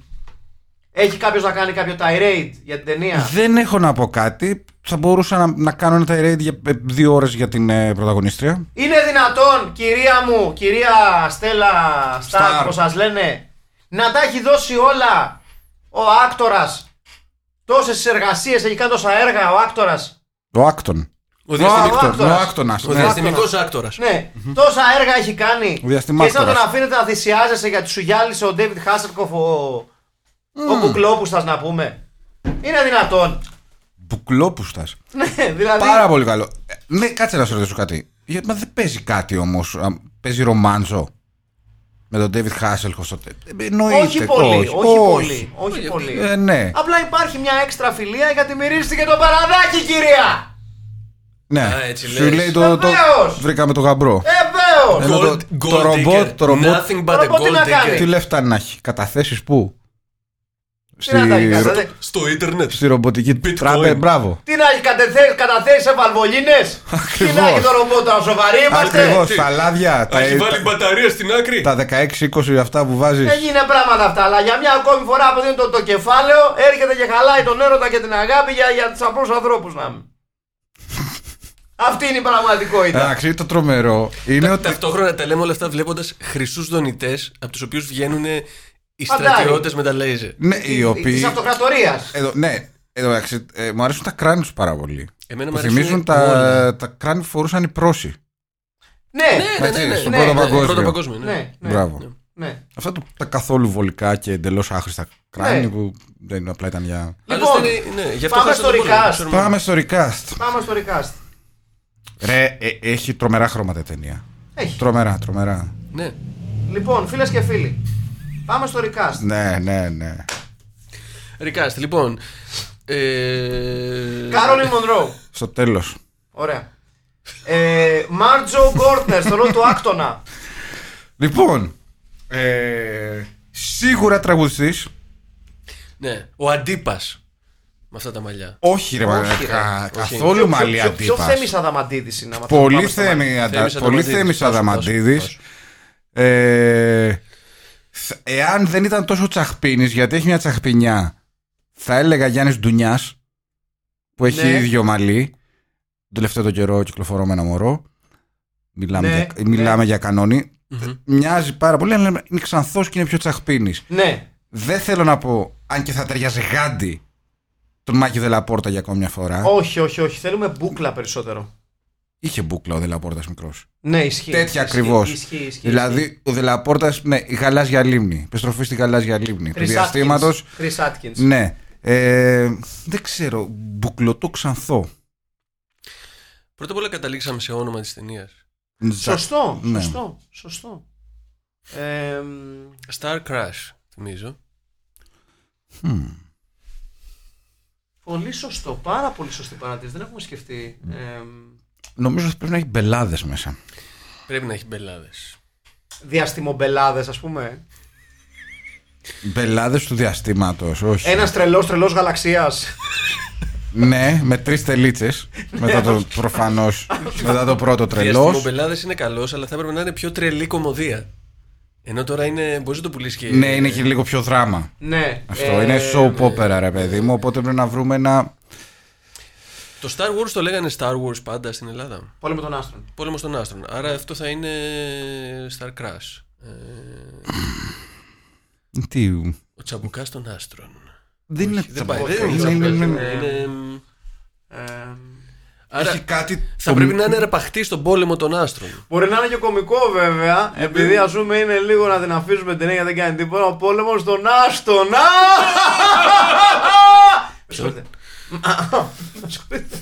C: Έχει κάποιος να κάνει κάποιο tirade για την ταινία.
D: Ε, δεν έχω να πω κάτι. Θα μπορούσα να, να κάνω ένα tirade για ε, δύο ώρες για την ε, πρωταγωνίστρια.
C: Είναι δυνατόν, κυρία μου, κυρία Στέλλα
D: Σταρ.
C: Σταρ, που σας λένε, να τα έχει δώσει όλα ο άκτορας. Τόσες εργασίες έχει κάνει τόσα έργα ο άκτορας.
D: Ο Άκτον.
E: Ο
D: Ο
E: διαστημικός-
C: άκτορας.
D: Άκτον. Ο Άκτονας,
E: Ο
D: ναι.
E: διαστημικός άκτορας.
C: Ναι, τόσα έργα έχει κάνει. και
D: Ο
C: εσύ να τον
D: διαστημάκτορας.
C: αφήνετε να θυσιάζεσαι γιατί σου γυάλισε ο Ντέβιτ Χάσερκοφ ο, ο κουκλόπουστας να πούμε. Είναι δυνατόν.
D: Μπουκλόπουστας.
C: Ναι, δηλαδή.
D: Πάρα πολύ καλό. Ε, Ναι, κάτσε να σου ρωτήσω κάτι. Γιατί μα δεν παίζει κάτι όμως. Παίζει ρομάντζο. Με τον David Hasselhoff στο τε- ε, Εννοείται.
C: όχι πολύ, όχι, πολύ, όχι
E: Όχι,
C: πολύ.
D: Ε, ναι,
C: Απλά υπάρχει μια έξτρα φιλία γιατί μυρίστηκε το παραδάκι, κυρία!
D: ναι.
E: Α, έτσι
D: Σου
E: λες.
D: λέει το, το-
C: Βεβαίως.
D: Βρήκαμε το γαμπρό.
C: Βεβαίως!
D: Ενώ
E: Gold-
D: το-
E: gold
D: το ρομπότ-
E: digger.
D: το ρομπότ-
E: Nothing but a
C: Ρομπότ τι
E: gold
C: να κάνει.
E: digger.
D: Τι λεφτά να έχει. Καταθέσεις πού.
C: Τι να τα έχει
D: ρο-
C: καταθέσει.
E: Στο ίντερνετ.
D: στη ρομποτική
E: Bitcoin.
D: τράπεζα. Μπράβο.
C: Τι να έχει κατεθέ- καταθέσει σε βαλβολίνες! Τι να έχει το ρομπότ, τώρα, σοβαροί είμαστε!
D: Ακριβώς.
E: Τι.
D: Τα λάδια. Ε, Τα,
E: Έχει βάλει μπαταρία στην άκρη.
D: τα 16-20 αυτά που βάζεις.
C: Δεν είναι Ε, πράγματα αυτά, αλλά για μια ακόμη φορά που δίνεται το κεφάλαιο, έρχεται και χαλάει τον έρωτα και την αγάπη για, για τους απλούς ανθρώπους να είμαι. Αυτή είναι η πραγματικότητα.
D: Εντάξει, το τρομερό είναι ότι.
E: Ταυτόχρονα τα λέμε όλα αυτά βλέποντας χρυσούς δονητές από τους οποίους βγαίνουν οι
C: Φαντάρι.
E: στρατιώτες με τα λέιζερ.
D: Ναι, οι
C: Της
D: οποίοι.
C: αυτοκρατορίας.
D: Εδώ, ναι, εδώ, εντάξει, ε, μου αρέσουν τα κράνη τους πάρα
C: Ναι,
D: πολύ.
E: Εμένα
D: Μου
E: μου
D: θυμίζουν
E: αρέσουν
D: τα, τα κράνη που φορούσαν οι πρόσοι.
C: Ναι,
E: Ναι,
D: Έτσι,
E: ναι, ναι.
D: στον
E: ναι,
D: πρώτο
E: ναι,
D: παγκόσμιο.
E: Πρώτο παγκόσμιο, ναι.
C: ναι, ναι.
D: Μπράβο.
C: ναι.
D: Αυτά το- τα καθόλου βολικά και εντελώς άχρηστα κράνη
C: Ναι.
D: που δεν είναι απλά ήταν για.
E: Άλλωστε,
C: Λοιπόν,
E: ναι, ναι, γι' αυτό
C: πάμε
E: χάσατε
C: στο
E: τον πόλεμο,
C: recast.
E: ξέρουμε.
D: Πάμε στο recast.
C: Πάμε στο recast.
D: Ρε, ε, έχει τρομερά χρώματα η ταινία.
C: Έχει.
D: Τρομερά, τρομερά.
E: Ναι.
C: Λοιπόν, φίλες και φίλοι, πάμε στο recast.
D: Ναι, ναι, ναι.
E: Recast, λοιπόν.
D: Ναι.
E: Ε...
C: Κάρολιν Μονρό.
D: Στο τέλος.
C: Ωραία. Ε, Μάρτζο Γκόρτνερ στο ρόλο του Άκτονα.
D: Λοιπόν, ε, σίγουρα τραγουδιστής.
E: Ναι. Ο αντίπας. Με αυτά τα μαλλιά.
D: Όχι, ρε,
C: Όχι,
D: μαλάκα,
C: ρε.
D: κα-
E: Όχι.
D: καθόλου μαλλί
C: Ποιο- Ποιο
D: αντίπας.
C: θέμη αδαμαντίδης είναι άμα θα πάμε
D: Πολύ
C: στο μάτι.
D: θέμη
E: Θέμης
D: αντα- πολύ
E: Αδαμαντίδης.
D: θέμης
E: Φτάσου,
D: Αδαμαντίδης.
E: φτάσου,
D: Ε, θ- εάν δεν ήταν τόσο τσαχπίνης γιατί έχει μια τσαχπινιά θα έλεγα Γιάννης Ντουνιάς που έχει
C: Ναι.
D: ίδιο μαλλί τον τελευταίο το καιρό κυκλοφορώ με ένα μωρό μιλάμε,
C: Ναι,
D: για,
C: ναι.
D: μιλάμε για κανόνι
E: Μμμ.
D: μοιάζει πάρα πολύ αλλά είναι ξανθός και είναι πιο τσαχπίνης
C: Ναι.
D: δεν θέλω να πω αν και θα ταιριάζει γάντι τον Μάκη Δελαπόρτα για ακόμη μια φορά
C: Όχι, όχι, όχι. Θέλουμε μπουκλα περισσότερο.
D: είχε μπουκλα ο Δελαπόρτας μικρός
C: Ναι, ισχύει.
D: Τέτοια
C: Ισχύει,
D: ακριβώς.
C: Ισχύει, ισχύει.
D: Δηλαδή, ο Δελαπόρτας, ναι, η γαλάζια λίμνη. Επιστροφή στη γαλάζια λίμνη του διαστήματος.
C: Κρι Άτκιν.
D: Ναι. Ε, δεν ξέρω. Μπουκλωτό ξανθό.
E: Πρώτα απ' όλα καταλήξαμε σε όνομα της ταινίας.
C: Σωστό,
D: Ναι.
C: σωστό, σωστό. Ε, μ,
E: Star Crash, θυμίζω.
C: πολύ σωστό, πάρα πολύ σωστή παρατήρηση. Δεν έχουμε σκεφτεί.
D: Ναι.
C: Ε, μ,
D: Νομίζω ότι πρέπει να έχει μπελάδες μέσα.
E: Πρέπει να έχει μπελάδες.
C: διαστημομπελάδες ας πούμε.
D: Μπελάδες του διαστήματος, όχι.
C: Ένας τρελός τρελός γαλαξίας.
D: Ναι, με τρεις τελίτσες. μετά
C: Ναι.
D: το προφανώς. μετά το πρώτο τρελός.
E: Διαστημοπελάδε είναι καλός, αλλά θα έπρεπε να είναι πιο τρελή κομμωδία. Ενώ τώρα είναι. Μπορείς να το πουλήσεις και.
D: ναι, είναι και λίγο πιο δράμα.
C: ναι.
D: Αυτό
C: ε,
D: είναι soap opera, ρε παιδί μου. Οπότε πρέπει να βρούμε ένα.
E: Το Star Wars το λέγανε Star Wars πάντα στην Ελλάδα.
C: Πόλεμο των άστρων.
E: Πόλεμο των άστρων. Άρα αυτό θα είναι Star Crash. Ε,
D: Τι.
E: ο τσαμπουκάς των άστρων.
D: Δεν είναι
E: Δεν πάει.
D: τσαμπουκά.
E: Δεν
D: Είναι-
E: είναι.
D: είναι-
E: τσαμπουκάς,
D: είναι-
E: είναι- είναι-
C: Ε,
D: Έχει
E: Άρα
D: κάτι.
E: θα πρέπει να είναι ρεπαχτή στον πόλεμο των άστρων.
C: μπορεί να είναι και κωμικό Ε, βέβαια, επειδή ας πούμε είναι λίγο να την αφήσουμε την έννοια δεν κάνει τίποτα. Ο πόλεμος των άστων. Α! Με συγχωρείτε. Με συγχωρείτε.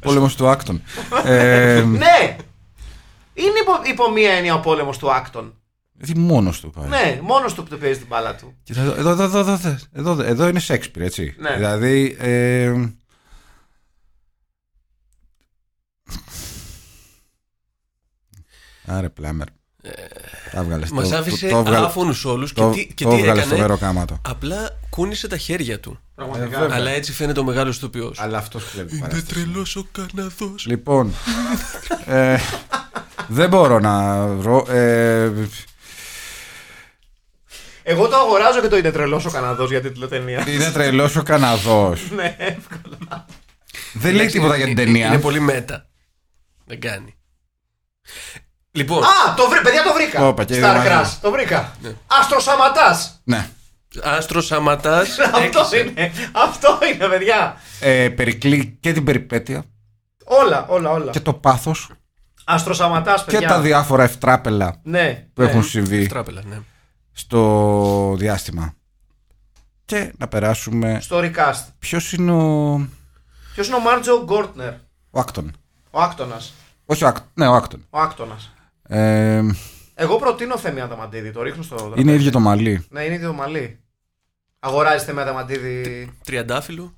D: Πόλεμος του Άκτον. ε,
C: ναι! Είναι υπό, υπό μία έννοια ο πόλεμος του Άκτον.
D: δηλαδή μόνος του πάει.
C: Ναι, μόνος του που παίζει την μπάλα του.
D: Κοίτα, εδώ, εδώ, εδώ, εδώ, εδώ, εδώ, εδώ είναι Σέξπιρ, έτσι.
C: Ναι.
D: Δηλαδή. Ε, Άρε πλάμερ. Τα βγάλες.
E: Μας
D: Το-
E: Ε, άφησε
D: το- το βγάλε-
E: άφωνους όλους και
D: Το,
E: τι, και
D: το
E: τι
D: βγάλες στο
E: έκανε.
D: βέρο κάμα του.
E: Απλά κούνησε τα χέρια του.
C: Πραγματικά.
D: βέβαια.
E: Αλλά έτσι φαίνεται ο μεγάλος ηθοποιός.
D: Αλλά αυτός κλέβει
E: Είναι τρελός ο Καναδός.
D: Λοιπόν. ε, δεν μπορώ να βρω. Ε,
C: Εγώ το αγοράζω και το είναι τρελός ο Καναδός για τίτλο ταινία.
D: είναι τρελός ο Καναδός.
C: ναι,
D: δεν λέει τίποτα για την ταινία.
E: Ναι, Είναι πολύ μέτα. Δεν κάνει. Λοιπόν,
C: Α, το βρήκα, παιδιά το βρήκα.
D: Όπα, και ναι.
C: Star
D: είδα,
C: Crash, το βρήκα. Άστρο Σαματά.
D: Ναι.
E: άστρος Σαματάς.
C: Ε, Αυτό είναι. Αυτό είναι, παιδιά.
D: Ε, περικλεί και την περιπέτεια
C: Όλα, όλα, όλα.
D: και το πάθος
C: Άστρος Σαματάς,
D: και
C: παιδιά.
D: τα διάφορα ευτράπελα
C: Ναι.
D: που
C: ναι.
D: έχουν συμβεί
E: Τράπελα, ναι.
D: στο διάστημα. Και να περάσουμε.
C: Στο recast.
D: Ποιος είναι ο.
C: Ποιος είναι ο Μάρτζο Γκόρτνερ,
D: Ο Άκτον.
C: ο άκτονας.
D: Όχι ο Άκτον. Ναι, ο Άκτον.
C: Ο άκτονας.
D: Ε,
C: Εγώ προτείνω Θέμη Αδαμαντίδη, το ρίχνω στο. τραπέζι.
D: είναι ίδιο το μαλλί.
C: Ναι, είναι ίδιο το μαλλί. Αγοράζεις Θέμη Αδαμαντίδη.
E: Τριαντάφυλλο.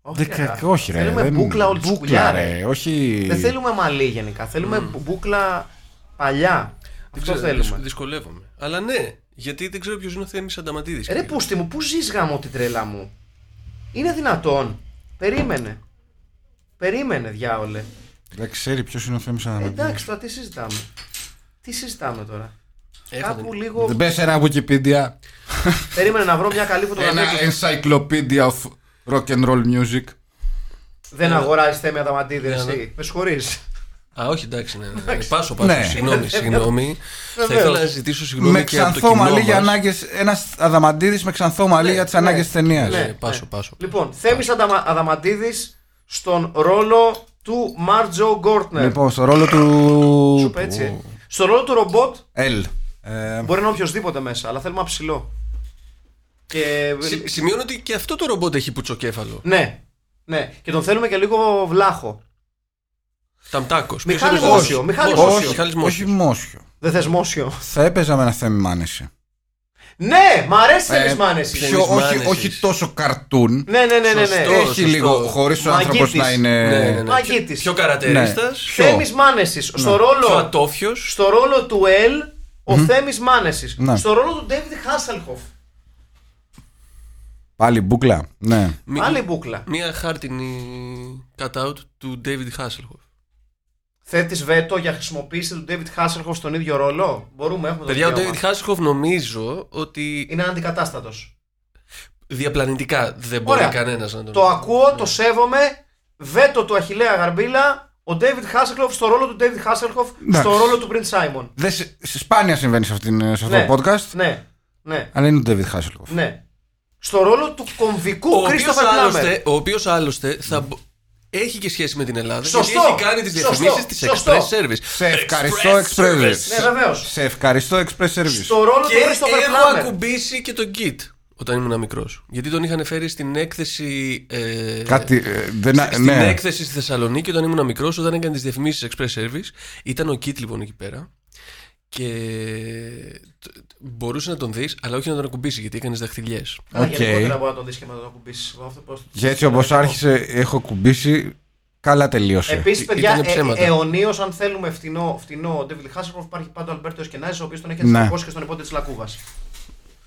C: Όχι,
D: Δεν-
C: αγάπη.
D: όχι, ρε.
C: Θέλουμε
D: δεν-
C: μπούκλα ολτσκουλιά.
D: Μπούκλα,
C: ρε.
D: ρε. Όχι.
C: Δεν θέλουμε μαλλί γενικά. Θέλουμε μπούκλα παλιά.
E: Δεν
C: Αυτό
E: ξέρω,
C: θέλουμε.
E: δυ- δυσκολεύομαι. Αλλά ναι, γιατί δεν ξέρω ποιος είναι ο Θέμης Ανταματίδης.
C: Ε, Ρε πούστη μου, πού ζεις γάμο την τρέλα μου. Είναι δυνατόν. Περίμενε. Περίμενε, διάολε.
D: Δεν ξέρει ποιος είναι ο Θέμης Αναμαντίδης.
C: Εντάξει, τώρα τι συζητάμε. Τι συζητάμε τώρα.
E: Έχω
C: Κάπου
E: την-
C: λίγο.
D: Δεν πες ένα Wikipedia.
C: Περίμενε να βρω μια καλή
D: Ένα
C: φωτογραφία. του.
D: encyclopedia of rock and roll music.
C: Δεν αγοράζεις θέμη αδαμαντίδη,
E: Ε, Ναι,
C: εσύ.
E: ναι.
C: Με συγχωρείς.
E: Α, όχι, εντάξει, ναι. ναι. Πάσο, πάσο.
D: Ναι.
E: Συγγνώμη, συγγνώμη. Θα
C: Βεβαίως.
E: ήθελα να ζητήσω
D: Με
E: συγγνώμη και από το
D: ξανθό
E: κοινό
D: μαλλί για
E: μας.
D: ανάγκες. Ένας αδαμαντίδης με ξανθό μαλλί για τις ανάγκες τη ταινίας.
E: Ναι, πάσο, πάσο.
C: Λοιπόν, θέμης αδαμαντίδης στον ρόλο του Μάρτζο Γκόρτνερ.
D: Λοιπόν, στο ρόλο του.
C: ναι. Σου είπα έτσι. Στον ρόλο του ρομπότ
D: Ελ. Ε,
C: μπορεί να είναι οποιοδήποτε μέσα, αλλά θέλουμε αψηλό. Και... ε,
E: Συ- Σημειώνω ότι και αυτό το ρομπότ έχει πουτσοκέφαλο.
C: Ναι, ναι. Και τον θέλουμε και λίγο βλάχο.
E: Ταμτάκος.
C: Μιχάλη Μόσιο, Μιχάλη Μόσιο.
E: Μιχάλης
D: όχι
E: Μόσιος.
D: Μόσιο.
C: Δεν θες μόσιο.
D: Θα έπαιζα με ένα θέμη μάνεση.
C: Ναι, μ' αρέσει Θέμης
D: Ε,
C: Μάνεσης.
D: πιο-
E: Θέμης
D: όχι,
E: Μάνεσης.
D: όχι τόσο καρτούν.
C: Ναι, ναι, ναι, ναι. ναι.
E: Σωστό.
D: Έχει λίγο χωρίς ο άνθρωπος
C: Μαγκίτης.
D: να είναι.
E: Ναι, ναι, ναι.
C: Μαγίτης.
E: Πιο καρατερίστα.
D: Πιο-
C: Ε, Θέμης Μάνεσης. Στο
E: Ναι. Πιο
C: ρόλο,
E: ατόφιος.
C: στο ρόλο του Ελ, ο Θέμης Μάνεσης.
D: Ναι.
C: Στο ρόλο του David Hasselhoff.
D: Πάλι μπουκλά. Ναι.
C: Άλλη μπουκλα.
E: Μία χάρτινη cutout του David Hasselhoff.
C: Θέτεις βέτο για χρησιμοποίηση του David Hasselhoff στον ίδιο ρόλο. Μπορούμε, έχουμε το
E: Παιδιά, ο
C: δικαίωμα.
E: David Hasselhoff νομίζω ότι
C: Είναι αντικατάστατος.
E: διαπλανητικά δεν μπορεί
C: Ωραία.
E: κανένας να τον. Ναι.
C: Το ακούω, το σέβομαι. Βέτο του Αχιλέα Γαρμπίλα. Ο David Hasselhoff στο ρόλο του David Hasselhoff.
D: Εντάξει.
C: Στο ρόλο του Prince Simon.
D: Δεν σε- σε- σπάνια συμβαίνει σε, αυτήν, σε αυτό
C: Ναι.
D: το podcast.
C: Ναι, ναι,
D: Αλλά είναι ο David Hasselhoff.
C: ναι. Στο ρόλο του κομβικού
E: Ο οποίος
C: Κρίστοφερ Πλάμερ.
E: άλλωστε, ο οποίος άλλωστε θα μπο- έχει και σχέση με την Ελλάδα.
C: Σωστό.
E: Γιατί έχει κάνει τις
C: Σωστό.
E: διαφημίσεις της
C: Σωστό.
E: Express Service.
D: Σε ευχαριστώ, Express Service.
C: Ναι, βεβαίως.
D: Σε ευχαριστώ, Express Service.
C: Στο ρόλο
E: Και
C: του Κρίστοφερ
E: έχω
C: Πλάμερ.
E: ακουμπήσει και τον Git όταν ήμουν μικρός. Γιατί τον είχαν φέρει στην έκθεση. Ε,
D: Κάτι. ε, δεν,
E: Στην
D: ναι.
E: έκθεση στη Θεσσαλονίκη, όταν ήμουν μικρός, όταν έκανε τις διαφημίσεις Express Service, ήταν ο Κίτ λοιπόν εκεί πέρα. Και τ- τ- μπορούσε να τον δεις, αλλά όχι να τον ακουμπήσει, γιατί έκανες δαχτυλιές.
C: Άρα
D: Οκ.
C: γενικότερα μπορεί να τον δεις και μετά το ακουμπήσεις. Αυτό πώς-
D: Και έτσι όπως άρχισε, έχω κουμπίσει. Καλά τελείωσε.
C: Επίσης, παιδιά,
E: Ήτανε ψέματα.
C: ε, αιωνίως, αν θέλουμε φτηνό, φτηνό ο David Hasselhoff, υπάρχει πάντα ο Αλμπέρτο Κενάζη, ο οποίος τον έχει
D: Ναι.
C: αντιστοιχώσει και στον υπότιτλο της Λακούβας.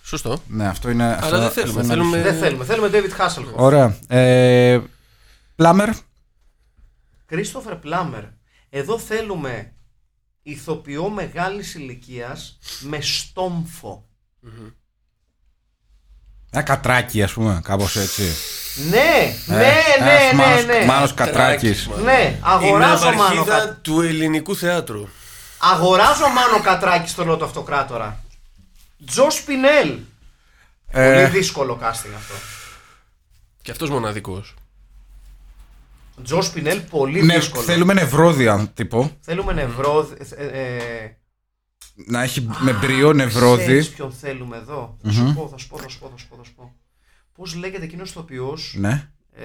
E: Σωστό.
D: Ναι, αυτό είναι. Αλλά
E: δεν θέλουμε, θέλουμε-
C: Δεν θέλουμε. Θέλουμε David Hasselhoff.
D: Ωραία. Ε, Πλάμερ.
C: Κρίστοφερ Πλάμερ. Εδώ θέλουμε ηθοποιό μεγάλης ηλικίας με στόμφο.
D: Ένα κατράκι, ας πούμε, κάπως έτσι.
C: Ναι,
D: Ε,
C: ναι, ναι, ναι, ναι.
D: Μάνος κατράκι.
E: Κατράκης,
C: Ναι,
E: Η
C: αγοράζω μάνο.
E: ναυαρχίδα
C: Κα-
E: του ελληνικού θεάτρου.
C: Αγοράζω μάνο κατράκι στο λόγο του αυτοκράτορα. Τζο Σπινέλ.
D: Ε.
C: Πολύ δύσκολο casting αυτό.
E: Και αυτός μοναδικός.
C: Τζο Σπινέλ, πολύ δύσκολο.
D: Ναι, θέλουμε νευρόδια τύπο.
C: Θέλουμε νευρό. Ε, ε,
D: Να έχει με μπριό
C: ξέρεις
D: νευρόδι.
C: ποιον θέλουμε εδώ. Θα σου πω, θα σου πω, θα σου πω. Θα σου πω, θα σου πω. Πώς λέγεται εκείνος το οποίο.
D: Ναι.
C: Ε,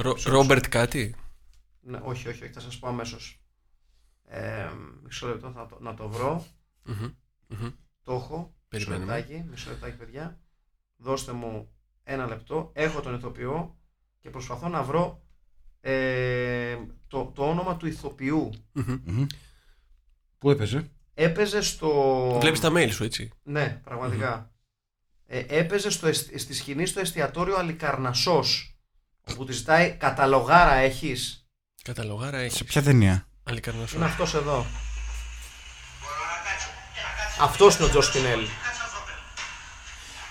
E: Ρο- Ρόμπερτ κάτι.
C: Ναι, όχι, όχι, όχι, θα σας πω αμέσως. Ε, μισό λεπτό να το, να το βρω.
E: Μμμ, μμμ.
C: Το έχω. Μισό
E: Περιμένουμε.
C: λεπτάκι, μισό λεπτάκι, παιδιά. Δώστε μου ένα λεπτό. Έχω τον ηθοποιό και προσπαθώ να βρω ε, το, το όνομα του ηθοποιού.
D: Πού έπαιζε.
C: Έπαιζε στο.
E: Βλέπεις τα mail σου, έτσι.
C: Ναι, πραγματικα Ε, έπαιζε στο, εσ- στη σκηνή στο εστιατόριο Αλικαρνασός όπου τη ζητάει καταλογάρα έχεις
E: Καταλογάρα έχει.
D: Σε ποια ταινία.
E: Αλικαρνασός.
C: είναι αυτός εδώ αυτός είναι ο Τζος Πινέλ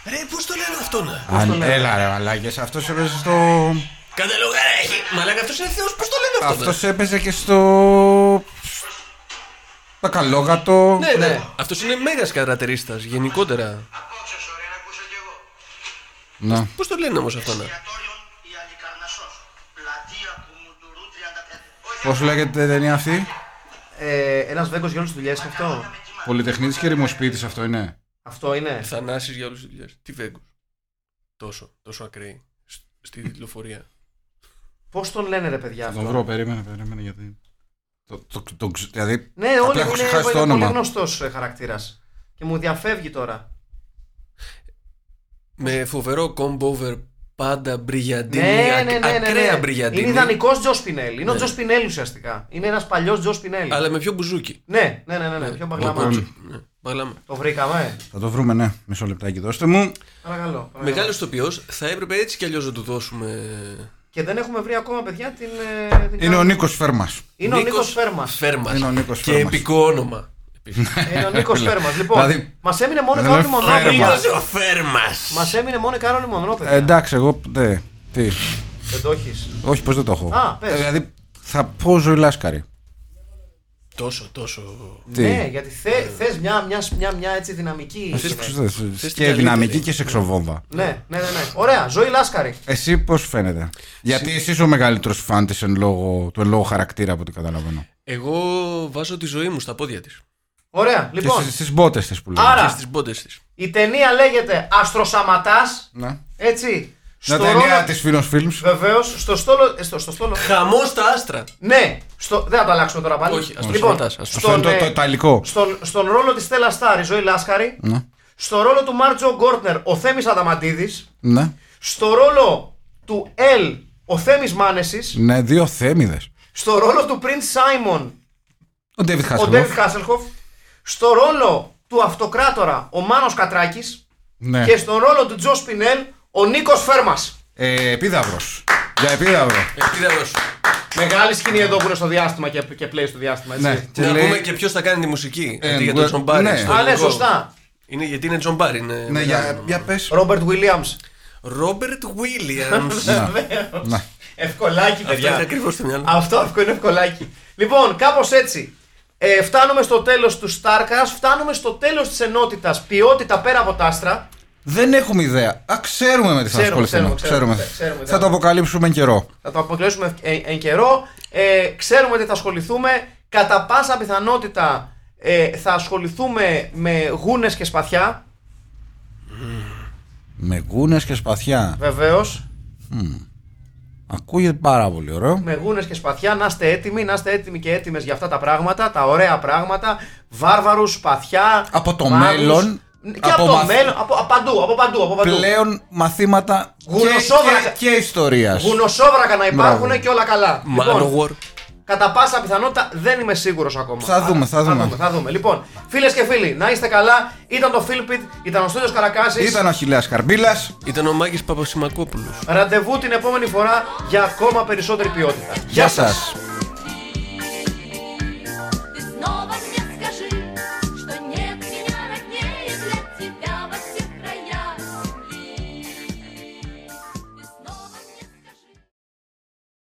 E: Ρε, πώς το λένε ε? αυτό να.
D: Αν-
C: το λένε.
D: Έλα ρε μαλάκες, αυτός έπαιζε στο...
E: Καταλογάρα έχει. Μαλάκα αυτός είναι θεός, πώς το λένε αυτό.
D: Αυτός έπαιζε και στο... Τα καλόγατο.
E: Ναι, ναι.
C: Ναι.
E: Αυτός είναι μέγας καρατερίστας γενικότερα.
F: Απόψε, ωραία, να ακούσω κι εγώ.
D: Να.
E: Πώς το λένε ε? όμω αυτό να.
F: Εστιατόριο η Αλικαρνασσός. Πλατεία Κουμουντουρού 35. Όχι,
D: Πώς λέγεται η ταινία αυτή.
C: ε, ένας Βέγκος για όλες τις δουλειές είναι αυτό
D: Πολυτεχνίτης και ρημοσπίτης αυτό είναι.
C: αυτό είναι
E: Θανάσει για όλε τι δουλειές. Τι βέγκος. Τόσο, τόσο ακραίοι. σ- Στη τυπλοφορία.
C: πως τον λένε ρε παιδιά
D: Θα τον
C: αυτό
D: βρω, περίμενε, περίμενε γιατί... Το, το, το, ξε- δηλαδή,
C: ναι
D: Απλά
C: όλοι
D: έχω
C: είναι,
D: ξεχάσει το
C: είναι πολύ
D: όνομα.
C: γνωστός ε, χαρακτήρας και μου διαφεύγει τώρα
E: Με φοβερό κομπόβερ πάντα μπριγιαντίνη.
C: ναι,
E: ακ-
C: ναι, ναι, ναι,
E: Ακραία
C: ναι.
E: μπριγιαντίνη.
C: είναι ιδανικός Τζος Πινέλ είναι ο
E: Ναι.
C: Τζος Πινέλ ουσιαστικά είναι ένας παλιός Τζος Πινέλ
E: Αλλά με πιο μπουζούκι.
C: ναι, ναι, ναι, ναι, ναι, πιο μπαγλαμά
D: Λοιπόν.
E: Ναι, μπαγλάμα.
C: το βρήκαμε
D: θα το βρούμε, ναι. Μισό λεπτάκι, δώστε μου.
C: Παρακαλώ. παρακαλώ.
E: Μεγάλος τοπιός θα έπρεπε έτσι κι αλλιώς να του δώσουμε.
C: Και δεν έχουμε βρει ακόμα, παιδιά, την. ε, την
D: Είναι ο
C: καν-
D: Νίκος Φέρμας.
C: Είναι ο
E: Νίκος
C: Νίκος Φέρμας. Ε,
E: Φέρμας.
D: Είναι ο Νίκος
E: Και
D: Φέρμας.
E: επικό όνομα. Επίσης.
C: Είναι ο Νίκος Φέρμας. Λοιπόν,
D: Δηλαδή,
C: μας έμεινε μόνο η
D: δεν
C: Κάρολη
D: λέω
C: Μονρό, παιδιά.
D: Φέρμας.
E: ο Φέρμας.
C: Μας έμεινε μόνο η Κάρολη Μονρό, παιδιά.
D: Ε, εντάξει, εγώ. Ναι. Τι.
C: Δεν το έχεις.
D: Όχι, πώς δεν το έχω.
C: Α, πες.
D: Ε, δηλαδή, θα πω ζωή λάσκαρη.
E: Τόσο, τόσο.
D: Τι.
C: Ναι, γιατί θε, θες μια, μια, μια, μια έτσι δυναμική.
D: Εσείς
C: γυναίκα.
D: πώς θες,
E: Θες την
D: και δυναμική
E: καλύτερη.
D: και σεξοβόμβα.
C: Ναι, ναι, ναι, ναι. Ωραία, ζωή Λάσκαρη.
D: Εσύ πώς φαίνεται. Γιατί εσύ είσαι ο μεγαλύτερος φαν της εν λόγω, του εν λόγω χαρακτήρα από ό,τι καταλαβαίνω.
E: Εγώ βάζω τη ζωή μου στα πόδια της.
C: Ωραία, λοιπόν.
D: και στις μπότες τη που λέω.
E: Και
C: Άρα,
E: στις μπόντες της.
C: η ταινία λέγεται Αστροσαματάς.
D: Να.
C: Έτσι.
D: Να
C: Στο
D: Ναι. ταινία
C: ρόλο.
D: της Φίλο Φιλμ.
C: Βεβαίως, στο στόλο. ε, Στο, στο στόλο.
E: Χαμός στα άστρα.
C: Ναι, στο, δεν θα το αλλάξουμε τώρα πάλι.
E: Όχι, ας το
C: λοιπόν,
E: σταματάς, ας το
D: Αυτό
C: στον,
D: είναι το, το
C: ε,
D: ιταλικό.
C: στον, στον ρόλο της Στέλλα Στάρ, η Ζωή Λάσκαρη.
D: Ναι.
C: Στο ρόλο του Μάρτζο Γκόρτνερ, ο Θέμης Αδαμαντίδης.
D: Ναι.
C: Στο ρόλο του Ελ, ο Θέμης Μάνεσης.
D: ναι, δύο θέμηδες.
C: Στο ρόλο του Prince Σάιμον,
D: Ο Ντέβιτ
C: ο Ντέβιτ
D: Χάσελοφ.
C: Χάσελχοφ. Στο ρόλο του Αυτοκράτορα, ο Μάνος Κατράκης.
D: Ναι.
C: Και στον ρόλο του Τζος Σπινέλ, ο Νίκος Φέρμας.
D: Ε, επίδαυρος. Για επίδαυρο.
E: Επίδαυρος.
C: Μεγάλη σκηνή εδώ που είναι στο διάστημα και, και πλέει στο διάστημα, έτσι.
D: Ναι.
E: Να
D: λέει-
E: πούμε και ποιος θα κάνει τη μουσική.
D: Ε,
E: γιατί για
D: ναι.
E: τον Τζον Μπάρι.
D: Ναι.
E: στο
C: Α, ναι,
E: ελληνικό.
C: σωστά.
E: Είναι γιατί είναι Τζον Μπάρι. Είναι
D: Ναι, για,
E: μεγάλο.
D: για πες.
C: Ρόμπερτ Βίλιαμς.
E: Ρόμπερτ Βίλιαμς.
D: Ναι. Να.
C: Ευκολάκι,
E: Αυτό είναι
C: παιδιά.
E: ακριβώς στο μυαλό. μου.
C: Αυτό αυτό είναι ευκολάκι. Λοιπόν, κάπως έτσι. Ε, φτάνουμε στο τέλος του Starcast, φτάνουμε στο τέλος της ενότητας ποιότητα πέρα από τα άστρα.
D: Δεν έχουμε ιδέα. Α, ξέρουμε με τι θα
C: Ξέρουμε, ξέρουμε,
D: ασχοληθούμε.
C: ξέρουμε,
D: Ξέρουμε.
C: ξέρουμε.
D: Θα το αποκαλύψουμε εν καιρό.
C: Θα το αποκλείσουμε εν, εν καιρό. Ε, ξέρουμε τι θα ασχοληθούμε. Κατά πάσα πιθανότητα ε, θα ασχοληθούμε με γούνες και σπαθιά,
D: Με γκούνε και σπαθιά.
C: βεβαίως.
D: Ακούγεται πάρα πολύ ωραίο.
C: Με γούνες και σπαθιά, να είστε έτοιμοι, να είστε έτοιμοι και έτοιμες για αυτά τα πράγματα, τα ωραία πράγματα. Βάρβαρους, σπαθιά.
D: Από το
C: μάγους.
D: μέλλον,
C: Και από,
D: από
C: το
D: μαθ-
C: μέλλον. Από, από παντού, από παντού, από παντού.
D: Πλέον μαθήματα και,
C: Γουνοσόβρακα.
D: και, και ιστορίας.
C: Γουνοσόβρακα να υπάρχουν
D: Μπράβο.
C: και όλα καλά. Λοιπόν,
E: Manowar.
C: κατά πάσα πιθανότητα δεν είμαι σίγουρος ακόμα.
D: Θα δούμε, θα δούμε.
C: Θα δούμε, θα δούμε. Λοιπόν, φίλες και φίλοι, να είστε καλά. Ήταν το Φίλπιτ, ήταν ο Στέλιο Καρακάσης.
D: Ήταν ο Χιλέα Καρμπίλα.
E: Ήταν ο Μάκης Παπασημακόπουλος.
C: Ραντεβού την επόμενη φορά για ακόμα περισσότερη ποιότητα.
D: Γεια σας.